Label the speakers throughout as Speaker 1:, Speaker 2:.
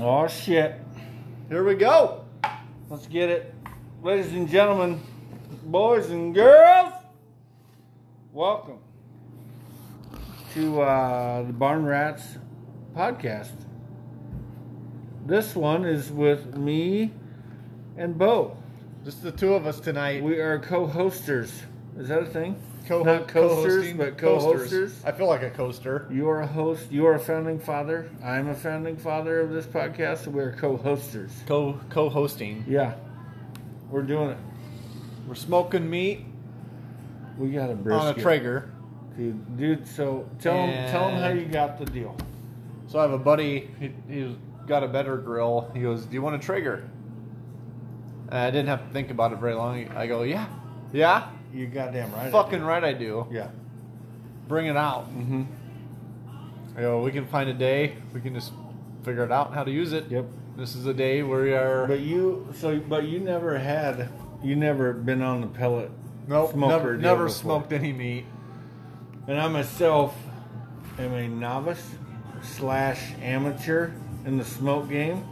Speaker 1: Oh shit.
Speaker 2: Here we go.
Speaker 1: Let's get it. Ladies and gentlemen, boys and girls, welcome to uh, the Barn Rats podcast. This one is with me and Bo.
Speaker 2: Just the two of us tonight.
Speaker 1: We are co-hosters. Is that a thing?
Speaker 2: Co-
Speaker 1: Not coasters,
Speaker 2: co-hosting-
Speaker 1: but
Speaker 2: coasters.
Speaker 1: co-hosters.
Speaker 2: I feel like a coaster.
Speaker 1: You are a host. You are a founding father. I am a founding father of this podcast. So we are co-hosters.
Speaker 2: Co co-hosting.
Speaker 1: Yeah, we're doing it.
Speaker 2: We're smoking meat
Speaker 1: We got a brisket.
Speaker 2: on a Traeger.
Speaker 1: Dude, dude, so tell him, tell him how
Speaker 2: And-
Speaker 1: you got the deal.
Speaker 2: So I have a buddy. He, he's got a better grill. He goes, "Do you want a Traeger?" And I didn't have to think about it very long. I go, "Yeah, yeah,
Speaker 1: You goddamn right. I
Speaker 2: fucking right, I do.
Speaker 1: did. Yeah.
Speaker 2: Bring it out."
Speaker 1: Mm-hmm.
Speaker 2: I go, "We can find a day. We can just figure it out how to use it."
Speaker 1: Yep.
Speaker 2: This is the day where we are.
Speaker 1: But you, so but you never had, you never been on the pellet.
Speaker 2: nope,
Speaker 1: smoker
Speaker 2: never,
Speaker 1: deal
Speaker 2: never
Speaker 1: before.
Speaker 2: smoked any meat.
Speaker 1: And I myself am a novice slash amateur in the smoke game.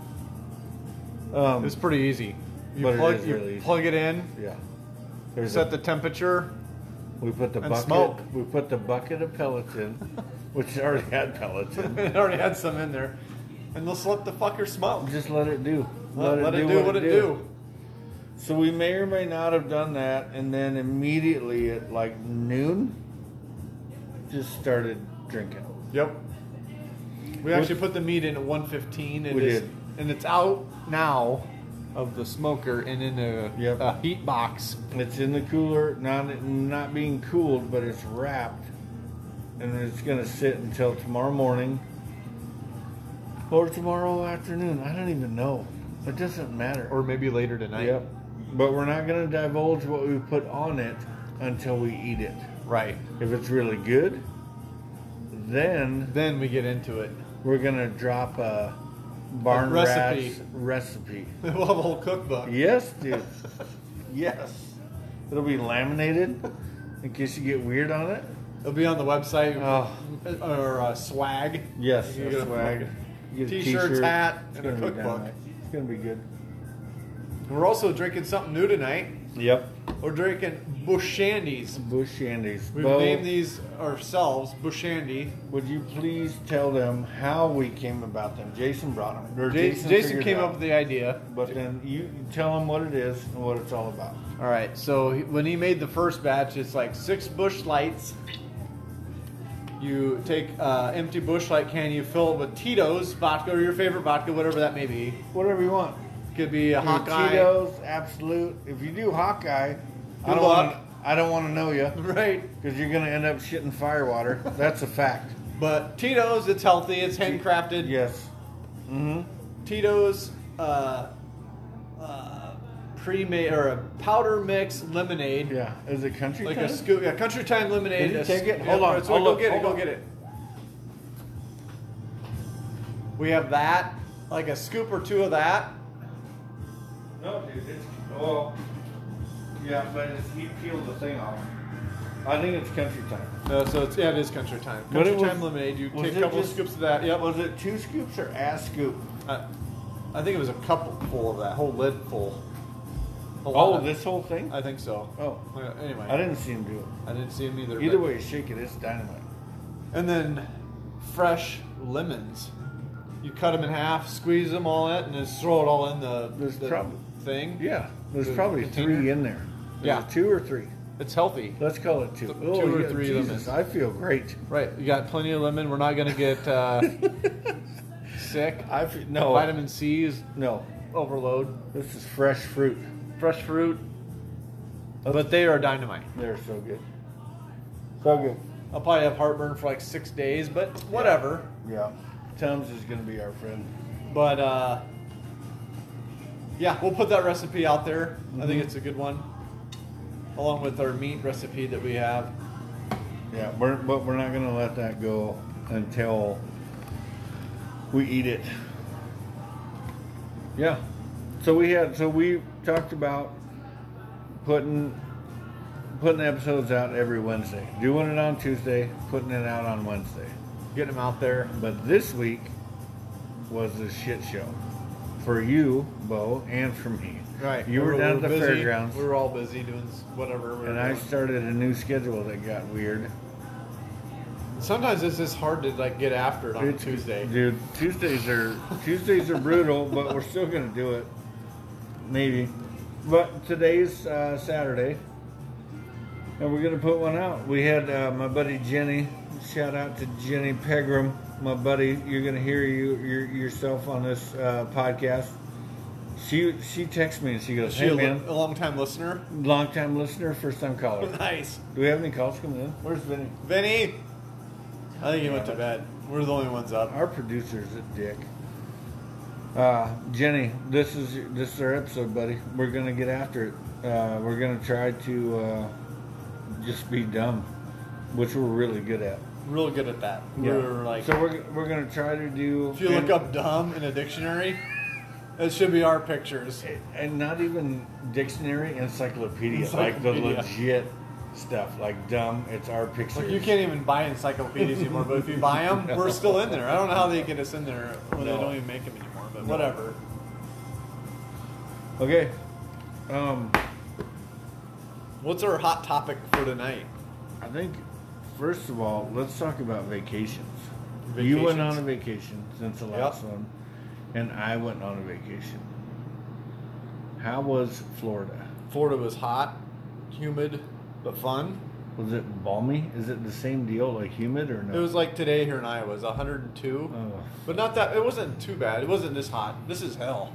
Speaker 1: Um,
Speaker 2: It's pretty easy. You
Speaker 1: But it
Speaker 2: plug
Speaker 1: is
Speaker 2: you
Speaker 1: really easy.
Speaker 2: plug it in,
Speaker 1: yeah. There's
Speaker 2: set
Speaker 1: a-
Speaker 2: the temperature.
Speaker 1: we put the
Speaker 2: and
Speaker 1: bucket.
Speaker 2: smoke.
Speaker 1: We put the bucket of pellets in, which already had pellets in.
Speaker 2: it already had some in there, and just let the fucker smoke.
Speaker 1: Just let it do.
Speaker 2: Let, let it, do, what it do.
Speaker 1: So we may or may not have done that, and then immediately at like noon, just started drinking.
Speaker 2: Yep. We actually put the meat in at 115, and
Speaker 1: We
Speaker 2: it's,
Speaker 1: did.
Speaker 2: and it's out now of the smoker and in a,
Speaker 1: Yep.
Speaker 2: a heat box.
Speaker 1: It's in the cooler, not not being cooled, but it's wrapped, and it's gonna sit until tomorrow morning or tomorrow afternoon. I don't even know. It doesn't matter.
Speaker 2: Or maybe later tonight.
Speaker 1: yep. But we're not gonna divulge what we put on it until we eat it.
Speaker 2: Right.
Speaker 1: If it's really good, then
Speaker 2: Then we get into it.
Speaker 1: We're gonna drop a barn
Speaker 2: A recipe.
Speaker 1: rats recipe.
Speaker 2: we'll have a whole cookbook.
Speaker 1: Yes, dude. yes. It'll be laminated in case you get weird on it.
Speaker 2: It'll be on the website
Speaker 1: Oh.
Speaker 2: or uh, swag.
Speaker 1: Yes.
Speaker 2: You
Speaker 1: a
Speaker 2: get a
Speaker 1: swag.
Speaker 2: fucking
Speaker 1: You get a
Speaker 2: t-shirts,
Speaker 1: t-shirt.
Speaker 2: hat,
Speaker 1: It's
Speaker 2: and a
Speaker 1: gonna be
Speaker 2: cookbook.
Speaker 1: dynamite. It's gonna be good.
Speaker 2: We're also drinking something new tonight.
Speaker 1: Yep.
Speaker 2: We're drinking Bushandies.
Speaker 1: Bush shandies.
Speaker 2: We've
Speaker 1: Bo,
Speaker 2: named these ourselves Bushandy.
Speaker 1: would you please tell them how we came about them? Jason brought them. Or
Speaker 2: Jason,
Speaker 1: figured
Speaker 2: Jason came
Speaker 1: out.
Speaker 2: up with the idea.
Speaker 1: But then you you tell them what it is and what it's all about.
Speaker 2: All right, so he- when he made the first batch, it's like six bush lights. You take uh, empty bush light can, you fill it with Tito's vodka or your favorite vodka, whatever that may be.
Speaker 1: Whatever you want.
Speaker 2: Could be a
Speaker 1: Dude,
Speaker 2: Hawkeye.
Speaker 1: Tito's absolute. If you do Hawkeye, I
Speaker 2: Good
Speaker 1: don't
Speaker 2: luck.
Speaker 1: want I don't want to know you
Speaker 2: Right.
Speaker 1: because you're gonna end up shitting firewater. That's a fact.
Speaker 2: But Tito's, it's healthy, it's handcrafted.
Speaker 1: Yes. Mm-hmm.
Speaker 2: Tito's uh, uh, pre-made or a powder mix lemonade,
Speaker 1: Yeah. Is it country?
Speaker 2: like
Speaker 1: time?
Speaker 2: a scoop, yeah, country time lemonade.
Speaker 1: Did you
Speaker 2: a
Speaker 1: take it?
Speaker 2: scoop-
Speaker 1: Hold on,
Speaker 2: it's-
Speaker 1: hold
Speaker 2: go
Speaker 1: on,
Speaker 2: get it.
Speaker 1: hold
Speaker 2: Go
Speaker 1: on.
Speaker 2: get it. We have that, like a scoop or two of that.
Speaker 1: No, dude. It's, well, yeah, but it's, he peeled the thing off. I think it's country time.
Speaker 2: No, so it's yeah, it is country time.
Speaker 1: But
Speaker 2: Country
Speaker 1: it was-
Speaker 2: time lemonade. You
Speaker 1: was
Speaker 2: take
Speaker 1: it
Speaker 2: a couple
Speaker 1: just-
Speaker 2: scoops of that. Yep.
Speaker 1: Was it two scoops or a scoop?
Speaker 2: Uh, I think it was a couple full of that, whole lid full. A lot
Speaker 1: Oh,
Speaker 2: of-
Speaker 1: this whole thing.
Speaker 2: I think so.
Speaker 1: Oh.
Speaker 2: Yeah, anyway,
Speaker 1: I didn't see him do
Speaker 2: I didn't see him either.
Speaker 1: it. Either
Speaker 2: but-
Speaker 1: way, shake it. It's dynamite.
Speaker 2: And then fresh lemons. You cut them in half, squeeze them all in, and just throw it all in the,
Speaker 1: There's
Speaker 2: the
Speaker 1: prob-
Speaker 2: thing.
Speaker 1: Yeah. There's
Speaker 2: The
Speaker 1: probably
Speaker 2: container?
Speaker 1: three in there.
Speaker 2: Yeah.
Speaker 1: There's Two or three.
Speaker 2: It's healthy.
Speaker 1: Let's call it two. Oh,
Speaker 2: Th- two or
Speaker 1: yeah,
Speaker 2: three
Speaker 1: Jesus,
Speaker 2: lemons.
Speaker 1: I feel great.
Speaker 2: Right. You got plenty of lemon. We're not going to get uh, sick.
Speaker 1: I feel, no,
Speaker 2: Vitamin C is
Speaker 1: no.
Speaker 2: overload.
Speaker 1: This is fresh fruit.
Speaker 2: Fresh fruit. But they are dynamite.
Speaker 1: They're so good. So good.
Speaker 2: I'll probably have heartburn for like six days, but whatever.
Speaker 1: Yeah. Tums is gonna be our friend.
Speaker 2: But uh, yeah, we'll put that recipe out there. I think
Speaker 1: Mhm.
Speaker 2: it's a good one, along with our meat recipe that we have.
Speaker 1: Yeah, we're, but we're not gonna let that go until we eat it. Yeah. So we had so we talked about putting putting episodes out every Wednesday. Doing it on Tuesday, putting it out on Wednesday.
Speaker 2: Getting them out there.
Speaker 1: But this week, was a shit show for you, Bo, and for me.
Speaker 2: Right.
Speaker 1: You
Speaker 2: We
Speaker 1: were down at the
Speaker 2: busy.
Speaker 1: fairgrounds.
Speaker 2: We were all busy doing s- whatever. We were
Speaker 1: And I
Speaker 2: doing.
Speaker 1: started a new schedule that got weird.
Speaker 2: Sometimes it's just hard to like get after it on
Speaker 1: It's-
Speaker 2: Tuesday.
Speaker 1: dude. Tuesdays are Tuesdays are brutal, but we're still gonna do it, maybe. But today's uh, Saturday, and we're gonna put one out. We had uh, my buddy Jenny. Shout out to Jenny Pegram, my buddy. You're gonna hear you, your, yourself on this uh, podcast. She she texts me and she goes,
Speaker 2: Is
Speaker 1: "Hey
Speaker 2: she a,
Speaker 1: man,
Speaker 2: a long time listener.
Speaker 1: long time listener, first time caller.
Speaker 2: nice,
Speaker 1: Do we have any calls coming in? Where's Vinny?
Speaker 2: Vinny. I think he went to bed. We're the only ones up.
Speaker 1: Our producer's a dick. Uh, Jenny, this is this is our episode, buddy. We're gonna get after it. Uh, we're gonna try to uh, just be dumb, which we're really good at.
Speaker 2: Real good at that. We were like,
Speaker 1: so we're we're gonna try to do.
Speaker 2: if you look up "dumb" in a dictionary, that should be our pictures.
Speaker 1: and not even dictionary, encyclopedia, like the
Speaker 2: Encyclopedia.
Speaker 1: legit stuff, like dumb. It's our picture.
Speaker 2: Like you can't even buy encyclopedias anymore, but if you buy them, we're still in there. I don't know how they get us in there when
Speaker 1: No.
Speaker 2: they don't even make them anymore, but whatever.
Speaker 1: Okay. Um,
Speaker 2: What's our hot topic for tonight?
Speaker 1: I think first of all, let's talk about vacations. You went on a vacation since the last
Speaker 2: Yep.
Speaker 1: one, and I went on a vacation. How was Florida?
Speaker 2: Florida was hot, humid, but fun.
Speaker 1: Was it balmy? Is it the same deal, like humid or no?
Speaker 2: It was like today here in Iowa, it was 102.
Speaker 1: Oh.
Speaker 2: But not that, it wasn't too bad. It wasn't this hot. This is hell.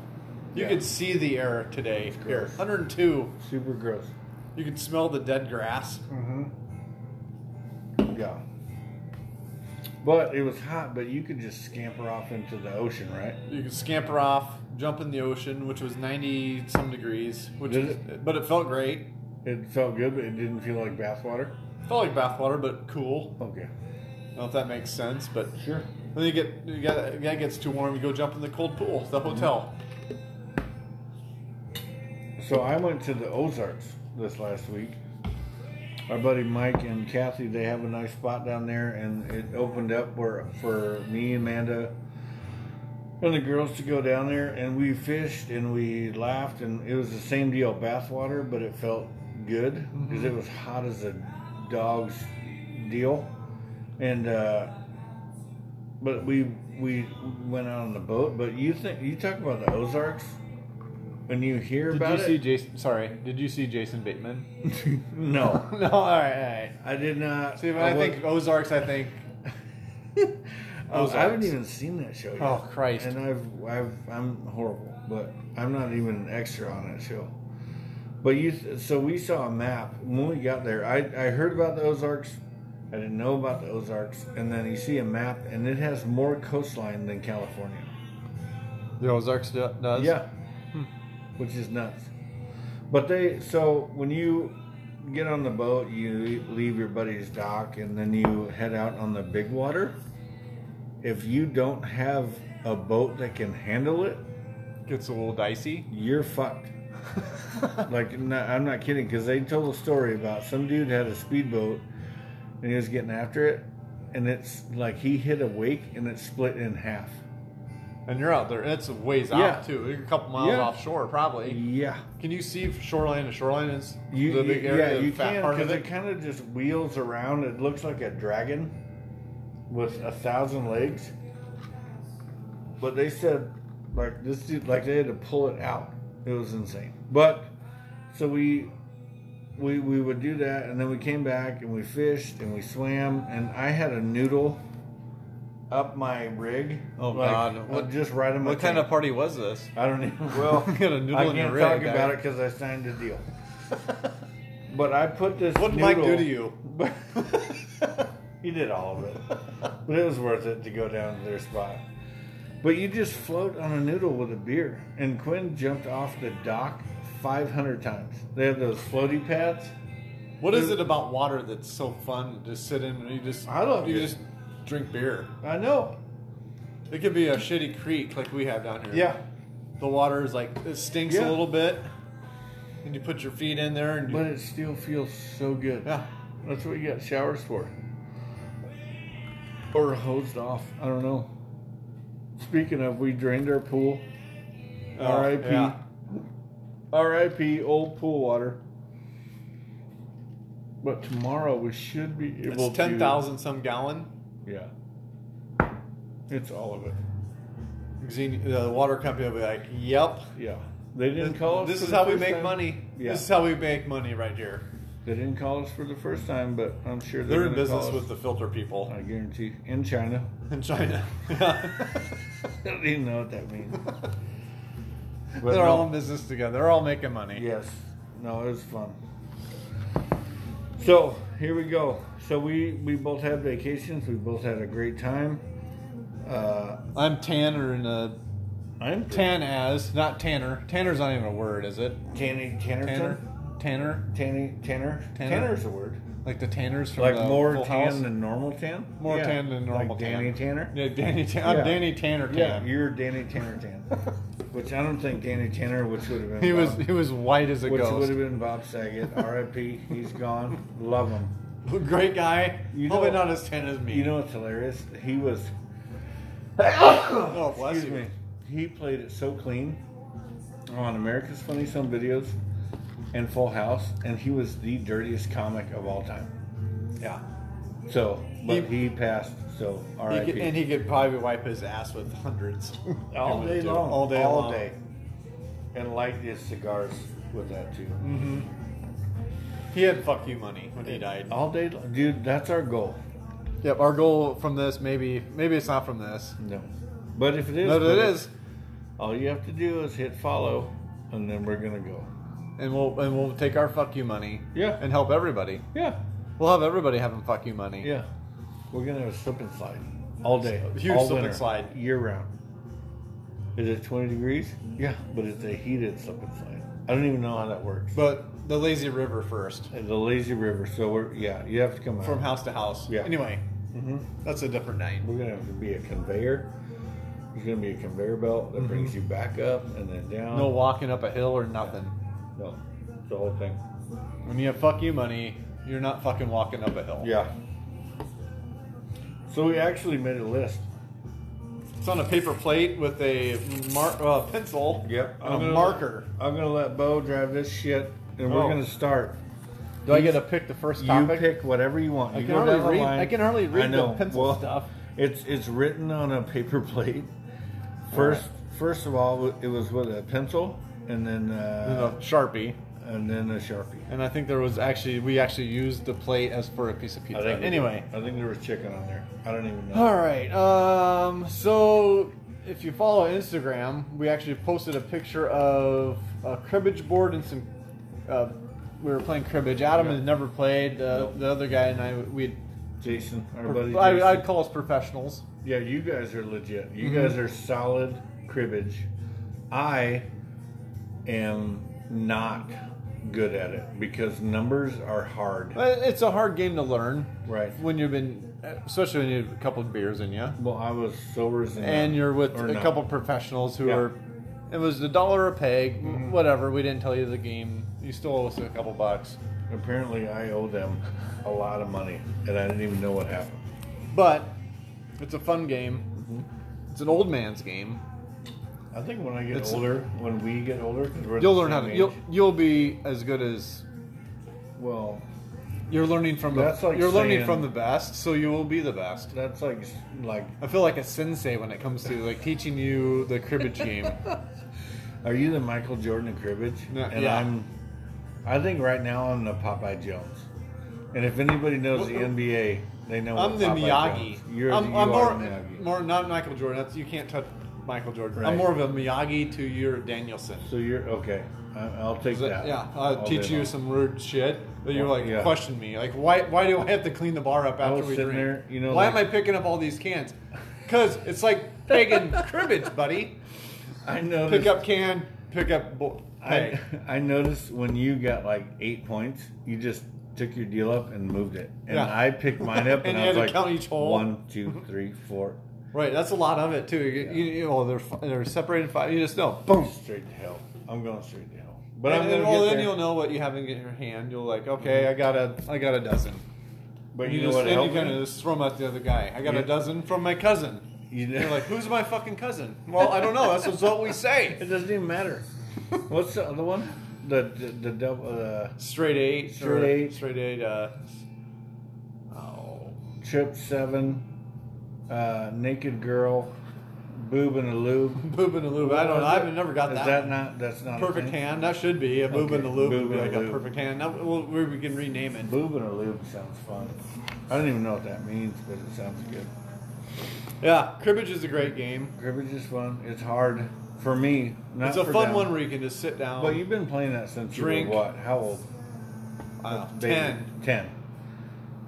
Speaker 2: You
Speaker 1: Yeah.
Speaker 2: could see the air today. Here,
Speaker 1: gross.
Speaker 2: 102.
Speaker 1: super gross.
Speaker 2: You could smell the dead grass.
Speaker 1: Mm-hmm. Yeah. But it was hot, but you could just scamper off into the ocean, right?
Speaker 2: You could scamper off, jump in the ocean, which was 90 some degrees, which
Speaker 1: Did
Speaker 2: is, but it felt great.
Speaker 1: It felt good, but it didn't feel like bathwater.
Speaker 2: Felt like bathwater, but cool.
Speaker 1: Okay.
Speaker 2: I don't know if that makes sense, but
Speaker 1: Sure.
Speaker 2: then you get you got that gets too warm. You go jump in the cold pool,
Speaker 1: Mm-hmm.
Speaker 2: the hotel.
Speaker 1: So I went to the Ozarks this last week. Our buddy Mike and Kathy, they have a nice spot down there, and it opened up where, for me, Amanda, and the girls to go down there. And we fished and we laughed, and it was the same deal bathwater, but it felt good
Speaker 2: Mm-hmm.
Speaker 1: because it was hot as a dog's deal. And, uh, but we we went out on the boat. But you think you talk about the Ozarks when you hear about it?
Speaker 2: Jason? Sorry, did you see Jason Bateman?
Speaker 1: No,
Speaker 2: no, all right, all right.
Speaker 1: I did not.
Speaker 2: See, when I,
Speaker 1: wa-
Speaker 2: think Ozarks, I think
Speaker 1: Oh, I haven't
Speaker 2: Ozarks.
Speaker 1: even seen that show yet.
Speaker 2: Oh, Christ.
Speaker 1: And I've, I've, I'm horrible, but I'm not even an extra on that show. But you, so we saw a map when we got there. I, I heard about the Ozarks. I didn't know about the Ozarks, and then you see a map, and it has more coastline than California.
Speaker 2: the Ozarks does.
Speaker 1: Yeah. Hmm. Which is nuts. But they so when you get on the boat, you leave your buddy's dock and then you head out on the big water. If you don't have a boat that can handle it,
Speaker 2: gets a little dicey.
Speaker 1: you're fucked. like no, I'm not kidding because they told a story about some dude had a speedboat and he was getting after it, and it's like he hit a wake and it split in half.
Speaker 2: And you're out there, and it's a ways
Speaker 1: Yeah.
Speaker 2: out too. You're a couple miles
Speaker 1: Yeah.
Speaker 2: offshore, probably.
Speaker 1: Yeah.
Speaker 2: Can you see from shoreline to shoreline? Is
Speaker 1: You,
Speaker 2: the
Speaker 1: you-
Speaker 2: big
Speaker 1: yeah,
Speaker 2: area, the
Speaker 1: you
Speaker 2: fat
Speaker 1: can
Speaker 2: part
Speaker 1: because
Speaker 2: of
Speaker 1: it
Speaker 2: it?
Speaker 1: kind of just wheels around. It looks like a dragon with a thousand legs. But they said, like this dude, like they had to pull it out. It was insane. But so we we we would do that, and then we came back and we fished and we swam, and I had a noodle up my rig.
Speaker 2: Oh,
Speaker 1: like,
Speaker 2: God. What-
Speaker 1: Just right in my.
Speaker 3: What kind
Speaker 1: tank.
Speaker 3: of party was this?
Speaker 1: I don't even.
Speaker 2: Well,
Speaker 3: you got a noodle
Speaker 1: I
Speaker 3: in your
Speaker 1: can't
Speaker 3: rig,
Speaker 1: talk
Speaker 3: guy.
Speaker 1: about it because I signed a deal. But I put this.
Speaker 2: What did
Speaker 1: noodle,
Speaker 2: Mike do to you?
Speaker 1: He did all of it, but it was worth it to go down to their spot. But you just float on a noodle with a beer, and Quinn jumped off the dock 500 times. They have those floaty pads.
Speaker 2: What is it about water that's so fun to sit in and you just
Speaker 1: I love
Speaker 2: you
Speaker 1: it.
Speaker 2: just drink beer?
Speaker 1: I know.
Speaker 2: It could be a shitty creek like we have down here.
Speaker 1: Yeah,
Speaker 2: The water is like it stinks
Speaker 1: Yeah.
Speaker 2: a little bit. And you put your feet in there and you,
Speaker 1: but it still feels so good.
Speaker 2: yeah.
Speaker 1: That's what you got showers for. Or hosed off. I don't know. Speaking of, we drained our pool.
Speaker 2: Oh,
Speaker 1: R.I.P.
Speaker 2: yeah.
Speaker 1: R.I.P. Old pool water. But tomorrow we should be able
Speaker 2: It's
Speaker 1: to.
Speaker 2: ten thousand some gallon.
Speaker 1: Yeah. It's all of it.
Speaker 2: Xen- uh, The water company will be like, "Yep,
Speaker 1: Yeah. They didn't call us.
Speaker 2: this
Speaker 1: for
Speaker 2: is
Speaker 1: the
Speaker 2: how we
Speaker 1: first
Speaker 2: make
Speaker 1: time.
Speaker 2: money.
Speaker 1: Yeah.
Speaker 2: This is how we make money right here."
Speaker 1: They didn't call us for the first time, but I'm sure they're,
Speaker 2: They're in
Speaker 1: gonna call
Speaker 2: business
Speaker 1: us.
Speaker 2: with the filter people
Speaker 1: I guarantee. In China.
Speaker 2: in China.
Speaker 1: I don't even know what that means.
Speaker 2: They're all in business together. They're all making money.
Speaker 1: Yes. No, it was fun. So here we go. So we we both had vacations. We both had a great time. Uh,
Speaker 2: I'm Tanner in a
Speaker 1: I'm
Speaker 2: tan as not Tanner. Tanner's not even a word, is it?
Speaker 1: Tanny
Speaker 2: Tanner,
Speaker 1: Tannerton.
Speaker 2: Tanner,
Speaker 1: Tanny Tanner.
Speaker 2: Tanner.
Speaker 1: Tanner's a word.
Speaker 2: like the Tanners from
Speaker 1: Like
Speaker 2: the
Speaker 1: more
Speaker 2: Full
Speaker 1: tan
Speaker 2: House.
Speaker 1: than normal tan.
Speaker 2: more
Speaker 1: Yeah.
Speaker 2: tan than normal
Speaker 1: Like Danny
Speaker 2: tan.
Speaker 1: Tanner.
Speaker 2: Yeah, Danny. Tan-
Speaker 1: Yeah.
Speaker 2: I'm Danny Tanner.
Speaker 1: Yeah,
Speaker 2: Tan.
Speaker 1: you're Danny Tanner tan. which I don't think Danny Tanner, which would have been
Speaker 2: he was
Speaker 1: Bob-
Speaker 2: he was white as a
Speaker 1: which would
Speaker 2: ghost.
Speaker 1: have been Bob Saget. R.I.P. He's gone. Love him.
Speaker 2: Great guy.
Speaker 1: You
Speaker 2: Probably
Speaker 1: know-
Speaker 2: not as tan as me.
Speaker 1: You know what's hilarious? He was.
Speaker 2: oh, bless
Speaker 1: Excuse
Speaker 2: you.
Speaker 1: me. He played it so clean on America's Funny Son videos and Full House, and he was the dirtiest comic of all time.
Speaker 2: Yeah.
Speaker 1: So, but
Speaker 2: He-
Speaker 1: he, passed. So,
Speaker 2: He could, and
Speaker 1: R.I.P.
Speaker 2: he could probably wipe his ass with hundreds.
Speaker 1: All day
Speaker 2: Dude,
Speaker 1: long,
Speaker 2: All day
Speaker 1: all
Speaker 2: long.
Speaker 1: day, and light his cigars with that too.
Speaker 2: Mm. He had fuck you money when he died.
Speaker 1: All day, lo- dude. That's our goal.
Speaker 2: Yep. Our goal from this maybe maybe it's not from this.
Speaker 1: No, but if it is,
Speaker 2: No,
Speaker 1: put
Speaker 2: it is,
Speaker 1: All you have to do is hit follow, and then we're gonna go.
Speaker 2: and we'll and we'll take our fuck you money.
Speaker 1: Yeah.
Speaker 2: And help everybody.
Speaker 1: Yeah.
Speaker 2: We'll have everybody having fuck you money.
Speaker 1: Yeah. We're gonna have a slip and slide all day.
Speaker 2: A huge
Speaker 1: all
Speaker 2: slip and slide.
Speaker 1: year round. Is it 20 degrees? Yeah, but it's a heated slip and slide. I don't even know how that works.
Speaker 2: But the lazy river first,
Speaker 1: And the lazy river. So we're yeah, you have to come out.
Speaker 2: from house to house.
Speaker 1: Yeah.
Speaker 2: Anyway, that's a different night.
Speaker 1: We're gonna have to be a conveyor. There's gonna be a conveyor belt that brings you back up and then down.
Speaker 2: Mm-hmm. No walking up a hill or nothing.
Speaker 1: no, it's the whole thing.
Speaker 2: When you have fuck you money, you're not fucking walking up a hill.
Speaker 1: Yeah. So we actually made a list.
Speaker 2: It's on a paper plate with a mar- uh, pencil.
Speaker 1: Yep.
Speaker 2: and a marker.
Speaker 1: I'm gonna let Bo drive this shit, and
Speaker 2: Oh.
Speaker 1: we're gonna start.
Speaker 2: Do I get to pick the first topic?
Speaker 1: You pick whatever you want.
Speaker 2: I
Speaker 1: You
Speaker 2: can
Speaker 1: go
Speaker 2: hardly
Speaker 1: down the
Speaker 2: read-
Speaker 1: line.
Speaker 2: I can hardly read
Speaker 1: I know.
Speaker 2: the pencil
Speaker 1: Well,
Speaker 2: stuff.
Speaker 1: It's it's written on a paper plate. First, first of all, it was with a pencil, and then
Speaker 2: Uh,
Speaker 1: uh,
Speaker 2: Sharpie.
Speaker 1: and then a sharpie.
Speaker 2: And I think there was actually we actually used the plate as for a piece of pizza. Anyway.
Speaker 1: I think there was chicken on there. I don't even know.
Speaker 2: All right. Um, so if you follow Instagram, we actually posted a picture of a cribbage board and some. Uh, we were playing cribbage. Adam had never played. Uh, The other guy and I, we.
Speaker 1: Jason, our buddy. Jason.
Speaker 2: I, I'd call us professionals.
Speaker 1: yeah, you guys are legit. You
Speaker 2: Mm-hmm.
Speaker 1: guys are solid cribbage. I am not good at it because numbers are hard.
Speaker 2: But Uh, It's a hard game to learn
Speaker 1: Right.
Speaker 2: when you've been, especially when you have a couple of beers in you,
Speaker 1: Well, I was sober as an
Speaker 2: and you're with
Speaker 1: or
Speaker 2: a
Speaker 1: not.
Speaker 2: couple of professionals who
Speaker 1: Yeah. Mm-hmm.
Speaker 2: are. It was a dollar a peg, whatever. We didn't tell you the game. You still owe us a couple bucks.
Speaker 1: Apparently, I owe them a lot of money, and I didn't even know what happened.
Speaker 2: But it's a fun game.
Speaker 1: Mm-hmm.
Speaker 2: It's an old man's game.
Speaker 1: I think when I get
Speaker 2: It's-
Speaker 1: older, when we get older, 'cause we're
Speaker 2: You'll
Speaker 1: the
Speaker 2: learn how
Speaker 1: same
Speaker 2: to.
Speaker 1: age,
Speaker 2: You'll you'll be as good as
Speaker 1: well,
Speaker 2: you're learning from.
Speaker 1: That's
Speaker 2: the,
Speaker 1: like
Speaker 2: you're learning
Speaker 1: saying-
Speaker 2: from the best, so you will be the best.
Speaker 1: that's like like.
Speaker 2: I feel like a sensei when it comes to like teaching you the cribbage game.
Speaker 1: Are you the Michael Jordan of cribbage?
Speaker 2: No,
Speaker 1: and
Speaker 2: yeah.
Speaker 1: I'm. I think right now I'm the Popeye Jones, and if anybody knows the NBA, they know.
Speaker 2: I'm
Speaker 1: what
Speaker 2: the
Speaker 1: Popeye
Speaker 2: Miyagi.
Speaker 1: Jones. You're
Speaker 2: I'm,
Speaker 1: the, you
Speaker 2: I'm
Speaker 1: are
Speaker 2: more,
Speaker 1: the Miyagi.
Speaker 2: more not Michael Jordan. That's, you can't touch Michael Jordan.
Speaker 1: Right.
Speaker 2: I'm more of a Miyagi to your Danielson.
Speaker 1: So you're okay. I, I'll take that.
Speaker 2: Yeah, I'll
Speaker 1: all
Speaker 2: teach
Speaker 1: day
Speaker 2: you
Speaker 1: long.
Speaker 2: some rude shit that you're
Speaker 1: Well,
Speaker 2: like
Speaker 1: yeah.
Speaker 2: question me. Like, why why do I have to clean the bar up after
Speaker 1: was
Speaker 2: we
Speaker 1: sitting
Speaker 2: drink?
Speaker 1: there, you know,
Speaker 2: why
Speaker 1: like-
Speaker 2: am I picking up all these cans? Because it's like pegging cribbage, buddy.
Speaker 1: I noticed.
Speaker 2: Pick up can, pick up bo-
Speaker 1: I,
Speaker 2: peg.
Speaker 1: I noticed when you got like eight points, you just took your deal up and moved it. And
Speaker 2: Yeah.
Speaker 1: I picked mine up and,
Speaker 2: And
Speaker 1: I
Speaker 2: you
Speaker 1: was
Speaker 2: had to
Speaker 1: like,
Speaker 2: count each hole.
Speaker 1: one, two, three, four,
Speaker 2: Right, that's a lot of it too. You, you, you know, they're fi- they're separated five. You just know, boom.
Speaker 1: straight to hell. I'm going straight to hell.
Speaker 2: But
Speaker 1: But
Speaker 2: and,
Speaker 1: I'm
Speaker 2: then,
Speaker 1: gonna
Speaker 2: well,
Speaker 1: get
Speaker 2: then
Speaker 1: there.
Speaker 2: you'll know what you have in your hand. You'll like, okay, I got a, I got a dozen.
Speaker 1: But
Speaker 2: And
Speaker 1: you, know
Speaker 2: just,
Speaker 1: what
Speaker 2: and
Speaker 1: helped
Speaker 2: you kind
Speaker 1: me?
Speaker 2: of just throw 'em at the other guy. I got
Speaker 1: Yeah.
Speaker 2: a dozen from my cousin.
Speaker 1: You know,
Speaker 2: You're like, who's my fucking cousin? Well, I don't know. That's what's what we say.
Speaker 1: it doesn't even matter. What's the other one? The the, the double uh,
Speaker 2: Straight eight.
Speaker 1: Straight
Speaker 2: or-
Speaker 1: eight.
Speaker 2: Straight eight. Uh, oh,
Speaker 1: Chip Seven, uh, Naked Girl, Boob and a Lube.
Speaker 2: boob and a lube. I don't. know. I've never got
Speaker 1: Is
Speaker 2: that.
Speaker 1: that
Speaker 2: one.
Speaker 1: not that's not a
Speaker 2: perfect
Speaker 1: thing?
Speaker 2: hand. That should be a boob
Speaker 1: Okay,
Speaker 2: and a lube.
Speaker 1: boob
Speaker 2: would be
Speaker 1: and a
Speaker 2: like a
Speaker 1: lube.
Speaker 2: perfect hand. That, well, we we can rename it.
Speaker 1: Boob and a Lube sounds fun. I don't even know what that means, but it sounds good.
Speaker 2: Yeah, cribbage is a great game.
Speaker 1: Cribbage is fun. It's hard for me. Not
Speaker 2: It's a
Speaker 1: for
Speaker 2: fun
Speaker 1: them.
Speaker 2: one where you can just sit down.
Speaker 1: But you've been playing that since
Speaker 2: Drink.
Speaker 1: you were what? How old?
Speaker 2: I don't know,
Speaker 1: Baby.
Speaker 2: Uh, ten.
Speaker 1: Ten.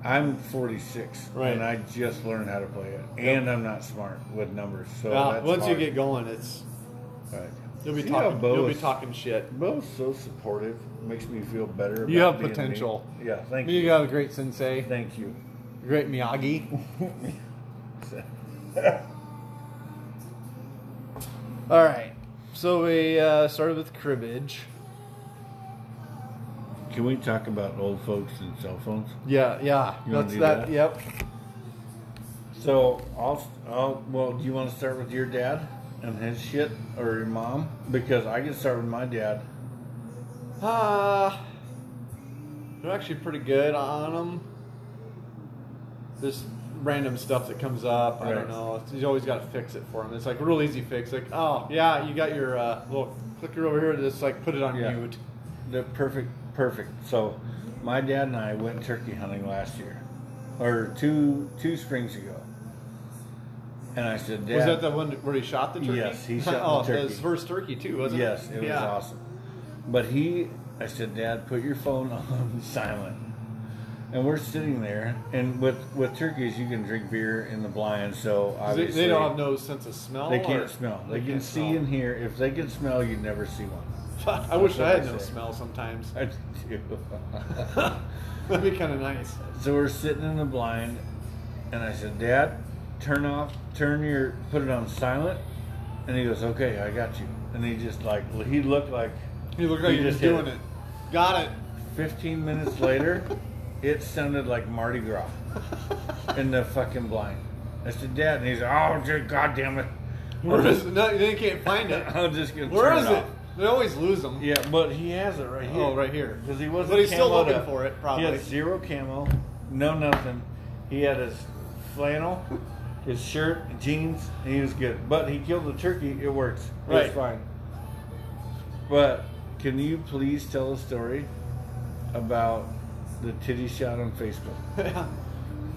Speaker 1: I'm 46,
Speaker 2: Right.
Speaker 1: and I just learned how to play it, and I'm not smart with numbers. So
Speaker 2: yeah,
Speaker 1: that's
Speaker 2: once
Speaker 1: hard.
Speaker 2: you get going, it's
Speaker 1: Right.
Speaker 2: you'll be
Speaker 1: See how
Speaker 2: talking.
Speaker 1: Bo
Speaker 2: You'll be
Speaker 1: is-
Speaker 2: talking shit.
Speaker 1: Bo's so supportive. Makes me feel better. About
Speaker 2: You have
Speaker 1: being me.
Speaker 2: potential.
Speaker 1: Yeah. Thank you.
Speaker 2: You got a great sensei,
Speaker 1: Thank you.
Speaker 2: great Miyagi. All right, so we uh, started with cribbage.
Speaker 1: Can we talk about old folks and cell phones?
Speaker 2: Yeah, yeah,
Speaker 1: You wanna
Speaker 2: that's
Speaker 1: do
Speaker 2: that,
Speaker 1: that?
Speaker 2: Yep.
Speaker 1: So I'll, I'll well, do you want to start with your dad and his shit, or your mom? Because I can start with my dad.
Speaker 2: Uh, they're actually pretty good on them. This random stuff that comes up, I
Speaker 1: Right.
Speaker 2: don't know. It's- You always got to fix it for them. It's like a real easy fix. Like, oh yeah, you got your uh, little clicker over here. Just like put it on
Speaker 1: Yeah.
Speaker 2: mute.
Speaker 1: They're perfect, perfect. So, my dad and I went turkey hunting last year, or two two springs ago. And I said, Dad,
Speaker 2: Was that the one where he shot the turkey?
Speaker 1: Yes, he shot the
Speaker 2: oh,
Speaker 1: turkey.
Speaker 2: his first turkey too, wasn't
Speaker 1: yes,
Speaker 2: it?
Speaker 1: it was
Speaker 2: Yeah.
Speaker 1: awesome. But he, I said, Dad, put your phone on silent. And we're sitting there, and with with turkeys, you can drink beer in the blind. So
Speaker 2: 'Cause They,
Speaker 1: obviously
Speaker 2: they don't have no sense of smell.
Speaker 1: They
Speaker 2: or-
Speaker 1: can't smell. They, can
Speaker 2: can't
Speaker 1: see
Speaker 2: smell.
Speaker 1: and hear. If they can smell, you'd never see one.
Speaker 2: Fuck, I wish
Speaker 1: That's what
Speaker 2: I had
Speaker 1: they
Speaker 2: no
Speaker 1: say.
Speaker 2: smell sometimes.
Speaker 1: I do.
Speaker 2: That'd be kind of nice.
Speaker 1: so we're sitting in the blind, and I said, Dad, turn off, turn your, put it on silent. And he goes, Okay, I got you. And he just like, well, he looked like
Speaker 2: You look like
Speaker 1: He
Speaker 2: you're
Speaker 1: just
Speaker 2: just
Speaker 1: hit
Speaker 2: doing
Speaker 1: it.
Speaker 2: it. Got it.
Speaker 1: 15 minutes later, it sounded like Mardi Gras in the fucking blind. I said, Dad, and he's, Oh, dear, God damn it.
Speaker 2: Where is it? No, they can't find it.
Speaker 1: I'm just gonna
Speaker 2: Where
Speaker 1: turn
Speaker 2: is
Speaker 1: it
Speaker 2: it?
Speaker 1: off.
Speaker 2: They always lose them.
Speaker 1: Yeah, but he has it right here.
Speaker 2: Oh, right here.
Speaker 1: Because he wasn't.
Speaker 2: But he's still
Speaker 1: camoed
Speaker 2: looking
Speaker 1: up.
Speaker 2: for it,
Speaker 1: He
Speaker 2: probably.
Speaker 1: had zero camo, no nothing. He had his flannel, his shirt, jeans, and he was good. But he killed the turkey. It works.
Speaker 2: Right.
Speaker 1: It's fine. But can you please tell a story about the titty shot on Facebook?